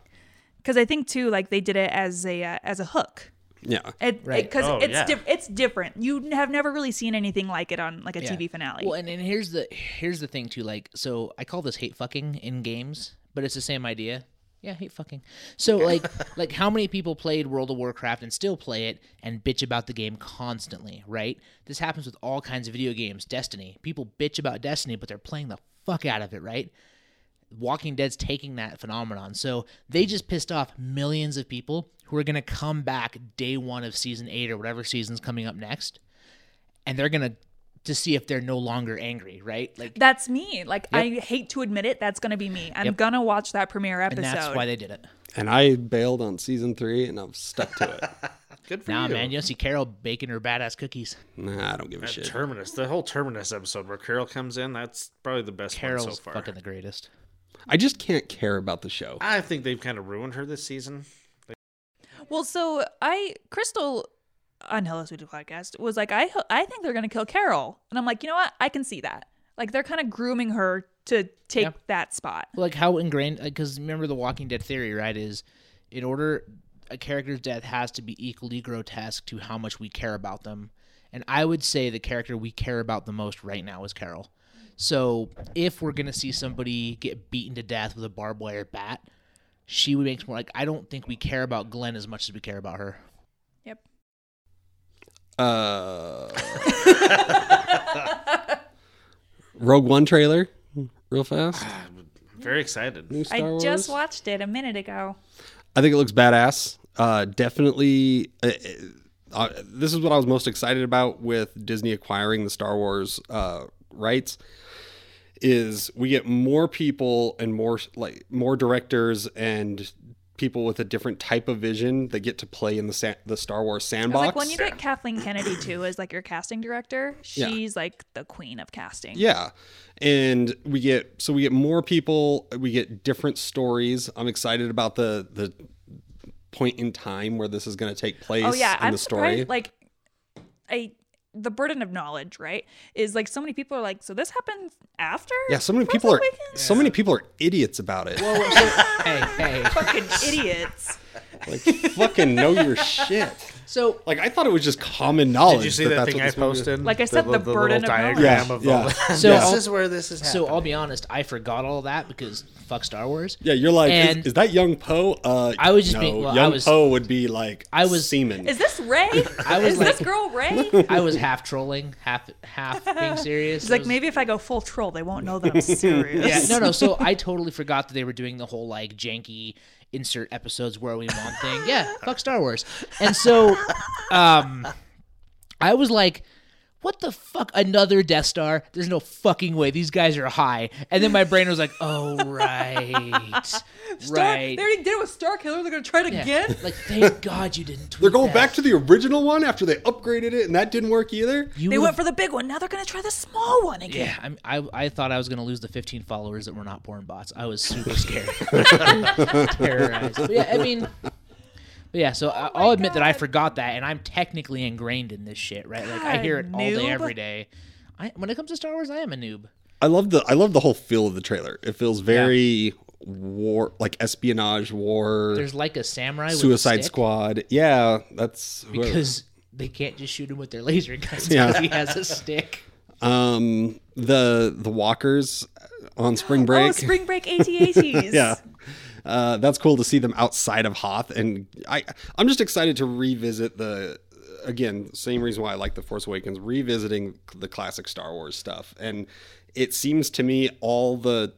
S6: Because I think too, like they did it as a uh, as a hook.
S7: Yeah.
S6: It,
S3: Right.
S6: Because
S4: Oh,
S6: it's
S4: yeah.
S6: diff it's different. You n- have never really seen anything like it on like a TV finale.
S3: Well, and, and here's the here's the thing too. Like, so I call this hate fucking in games, but it's the same idea. Yeah, hate fucking. So [LAUGHS] like like how many people played World of Warcraft and still play it and bitch about the game constantly, right? This happens with all kinds of video games. Destiny. People bitch about Destiny, but they're playing the fuck out of it, right? Walking Dead's taking that phenomenon. So they just pissed off millions of people who are going to come back day one of season eight or whatever season's coming up next. And they're going to to see if they're no longer angry, right? Like,
S6: That's me. Like I hate to admit it, that's gonna be me. I'm gonna watch that premiere episode.
S3: and that's why they did it.
S7: And I bailed on season three, and I've stuck to
S4: [LAUGHS]
S7: it.
S4: Good for
S3: Nah,
S4: you.
S3: man, you'll see Carol baking her badass cookies.
S7: nah, I don't give a shit.
S4: Terminus. The whole Terminus episode where Carol comes in. That's probably the best
S3: Carol's
S4: one so far.
S3: fucking the greatest.
S7: I just can't care about the show.
S4: I think they've kind of ruined her
S7: [SIGHS]
S4: this season.
S6: Well, so I Crystal on Hello Sweetie podcast was like, I I think they're gonna kill Carol, and I'm like, you know what? I can see that. Like they're kind of grooming her to take
S3: Yeah.
S6: that spot.
S3: like how ingrained because remember the walking dead theory right is in order a character's death has to be equally grotesque to how much we care about them and i would say the character we care about the most right now is carol so if we're gonna see somebody get beaten to death with a barbed wire bat she would make more like i don't think we care about glenn as much as we care about her
S6: Yep.
S7: Uh,
S4: [LAUGHS]
S7: Rogue One trailer, real fast.
S4: I'm very excited.
S7: New Star
S6: I just
S7: Wars.
S6: watched it a minute ago.
S7: I think it looks badass. Uh, definitely. Uh, uh, this is what I was most excited about with Disney acquiring the Star Wars uh, rights. Is we get more people and more like more directors and people with a different type of vision that get to play in the sa- the Star Wars
S6: I was
S7: sandbox.
S6: like when you get Kathleen Kennedy too as like your casting director,
S7: Yeah.
S6: she's like the queen of casting.
S7: Yeah. And we get so we get more people, we get different stories. I'm excited about the the point in time where this is going to take place
S6: Oh yeah,
S7: in
S6: I'm
S7: the story.
S6: surprised. Like, I the burden of knowledge, right? Is like so many people are like, so this happens after.
S7: yeah, so many
S6: Frozen
S7: people are
S6: Weekend?
S7: so many people are idiots about it.
S3: hey hey
S6: fucking idiots.
S7: like fucking know your shit.
S3: so
S7: Like I thought it was just common knowledge.
S4: Did you see that,
S7: that's
S4: thing
S7: what
S4: I
S7: this movie is.
S4: posted?
S6: Like I said, the
S4: little
S6: burden of knowledge.
S7: Yeah,
S4: diagram of
S7: [LAUGHS]
S4: the.
S7: yeah.
S3: So I'll-
S4: where this is
S3: so i'll be honest i forgot all that because fuck star wars
S7: Yeah, you're like, is-
S3: And-
S7: is, that young Poe? Uh,
S3: I was just
S7: no,
S3: being- well, I
S7: young
S3: was-
S7: Poe would be like,
S3: I was-
S7: semen.
S6: Is
S3: [LAUGHS]
S6: this Ray?
S3: was
S6: Is
S3: like-
S6: this girl Ray?
S3: I was half trolling, half half
S6: [LAUGHS]
S3: being serious.
S6: It's
S3: It
S6: like
S3: was-
S6: maybe if I go full troll, they won't know that I'm serious.
S3: Yeah, [LAUGHS] no, no.
S6: [LAUGHS]
S3: So I totally forgot that they were doing the whole like janky insert episodes where we want thing. Yeah, fuck Star Wars. And so, um, I was like, what the fuck? Another Death Star? There's no fucking way. These guys are high. And then my brain was like,
S6: [LAUGHS]
S3: oh right,
S6: Star-
S3: right.
S6: They already did it with Star Killer. They're gonna try it
S3: Yeah.
S6: again.
S3: Like, thank God you didn't. Tweet
S7: They're going
S3: that.
S7: back to the original one after they upgraded it, and that didn't work either.
S3: You
S6: They
S3: would've-
S6: went for the big one. Now they're gonna try the small one again. Oh,
S3: Yeah, I'm, I I thought I was gonna lose the 15 followers that were not porn bots. I
S7: [LAUGHS]
S3: was super scared, [LAUGHS] terrorized. But yeah, I mean, but yeah. So I, I'll admit that I forgot that, and I'm technically ingrained in this shit, right? Like I hear it all day,
S6: noob.
S3: every day. I, when it comes to Star Wars, I am a noob.
S7: I love the I love the whole feel of the trailer. It feels very war like espionage war
S3: There's like a samurai with a
S7: suicide
S3: stick
S7: squad. Yeah, that's whoever-
S3: because they can't just shoot him with their laser guns because
S7: Yeah.
S3: he has a stick.
S7: um the the walkers on spring break.
S6: Oh, Spring
S3: [LAUGHS]
S6: Break AT-ATs.
S7: yeah. Uh, that's cool to see them outside of Hoth and I I'm just excited to revisit the again, same reason why I like The Force Awakens, revisiting the classic Star Wars stuff. And it seems to me all the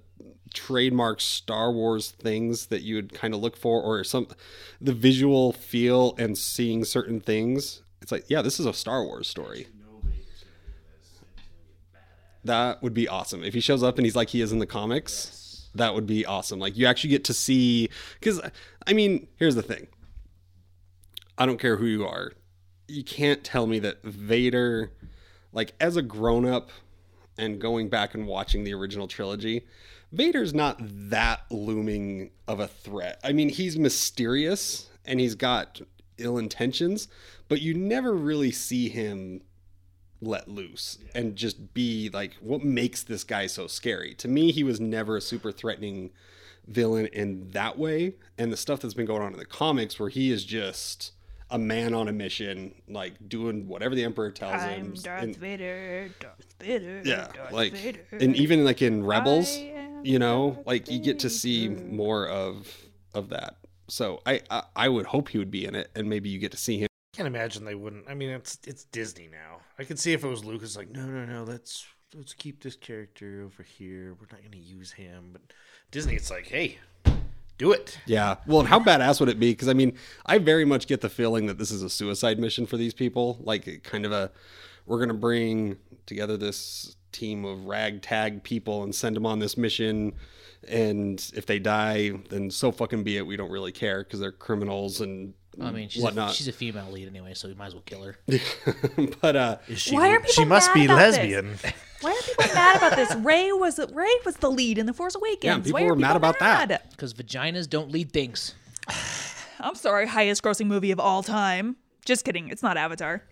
S7: trademark Star Wars things that you would kind of look for or some the visual feel and seeing certain things. It's like, yeah, this is a Star Wars story. That would be awesome. If he shows up and he's like he is in the comics, that would be awesome. Like you actually get to see cuz I mean, here's the thing. I don't care who you are. You can't tell me that Vader like as a grown up and going back and watching the original trilogy, Vader's not that looming of a threat. I mean, he's mysterious and he's got ill intentions, but you never really see him let loose and just be like what makes this guy so scary to me he was never a super threatening villain in that way and the stuff that's been going on in the comics where he is just a man on a mission like doing whatever the emperor tells
S6: I'm
S7: him
S6: Darth
S7: And-
S6: Vader. Darth Vader.
S7: yeah
S6: Darth
S7: like
S6: Vader.
S7: and even like in rebels
S6: I am
S7: you know like you get to see more of of that so I, I i would hope he would be in it and maybe you get to see him
S4: can't imagine they wouldn't. I mean, it's it's Disney now. I could see if it was Lucas, like, no, no, no, let's let's keep this character over here. We're not going to use him. But Disney, it's like, hey, do it.
S7: yeah well and how badass would it be because i mean i very much get the feeling that this is a suicide mission for these people like kind of a we're gonna bring together this team of ragtag people and send them on this mission and [LAUGHS] if they die then so fucking be it we don't really care because they're criminals and
S3: I mean, she's a,
S7: Whatnot.
S3: she's a female lead anyway, so we might as well kill her.
S7: but uh,
S4: Is she?
S6: Why are people
S4: she must
S6: mad
S4: be
S6: about this?
S4: lesbian. [LAUGHS]
S6: Why are people mad
S7: [LAUGHS]
S6: about this? Ray was Ray was the lead in the Force Awakens.
S7: Yeah, people
S6: Why are
S7: were mad
S6: people
S7: about that.
S6: mad?
S3: Because vaginas don't lead things.
S6: I'm sorry, highest grossing movie of all time. Just kidding. It's not Avatar.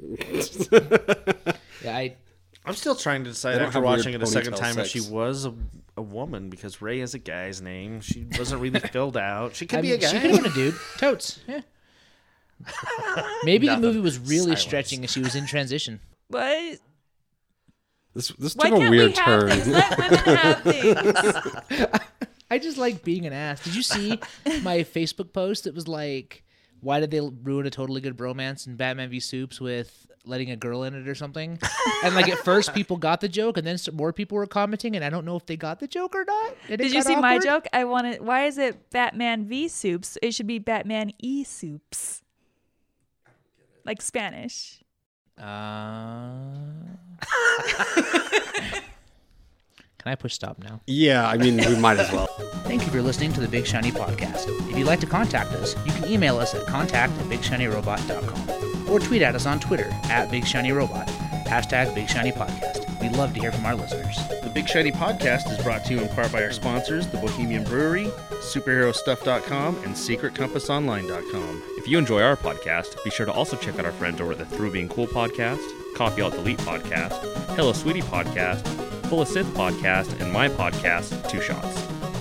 S3: Yeah, I
S4: I'm still trying to
S7: They
S4: decide
S7: don't
S4: after
S7: have weird
S4: watching it a second
S7: ponytail
S4: time if she
S7: sex.
S4: was a, a woman because Ray is a guy's name. She
S7: [LAUGHS]
S4: wasn't really filled out. She could
S3: I
S4: be
S3: mean,
S4: a guy.
S3: She could have been a dude. Totes. Yeah. [LAUGHS] Maybe the movie was really stretching and she was in transition.
S6: But
S7: this this
S6: why
S7: took a
S6: can't we
S7: weird
S6: have
S7: turn.
S6: things?
S7: [LAUGHS]
S6: Let women have things.
S3: I just like being an ass. Did you [LAUGHS] see my Facebook post? It was like, why did they ruin a totally good bromance in Batman v Supes with letting a girl in it or something? And [LAUGHS] like at first people got the joke, and then some more people were commenting, and I don't know if they got the joke or not. and it
S6: Did you
S3: got
S6: see my
S3: awkward.
S6: joke? I wanted. Why is it Batman v Soups? It should be Batman e Soups. Like Spanish. [LAUGHS]
S3: Uh... [LAUGHS] Can I push stop now?
S7: yeah, I mean, we might as well.
S3: Thank you for listening to the Big Shiny Podcast. If you'd like to contact us, you can email us at contact at BigShinyRobot.com or tweet at us on Twitter at Big Shiny Robot, hashtag Big Shiny Podcast. We'd love to hear from our listeners.
S4: The Big Shiny Podcast is brought to you in part by our sponsors, the Bohemian Brewery, SuperheroStuff.com, and SecretCompassOnline.com.
S2: If you enjoy our podcast, be sure to also check out our friends over at the Through Being Cool podcast, Coffee Out Delete podcast, Hello Sweetie podcast, Full of Sith podcast, and my podcast, Two Shots.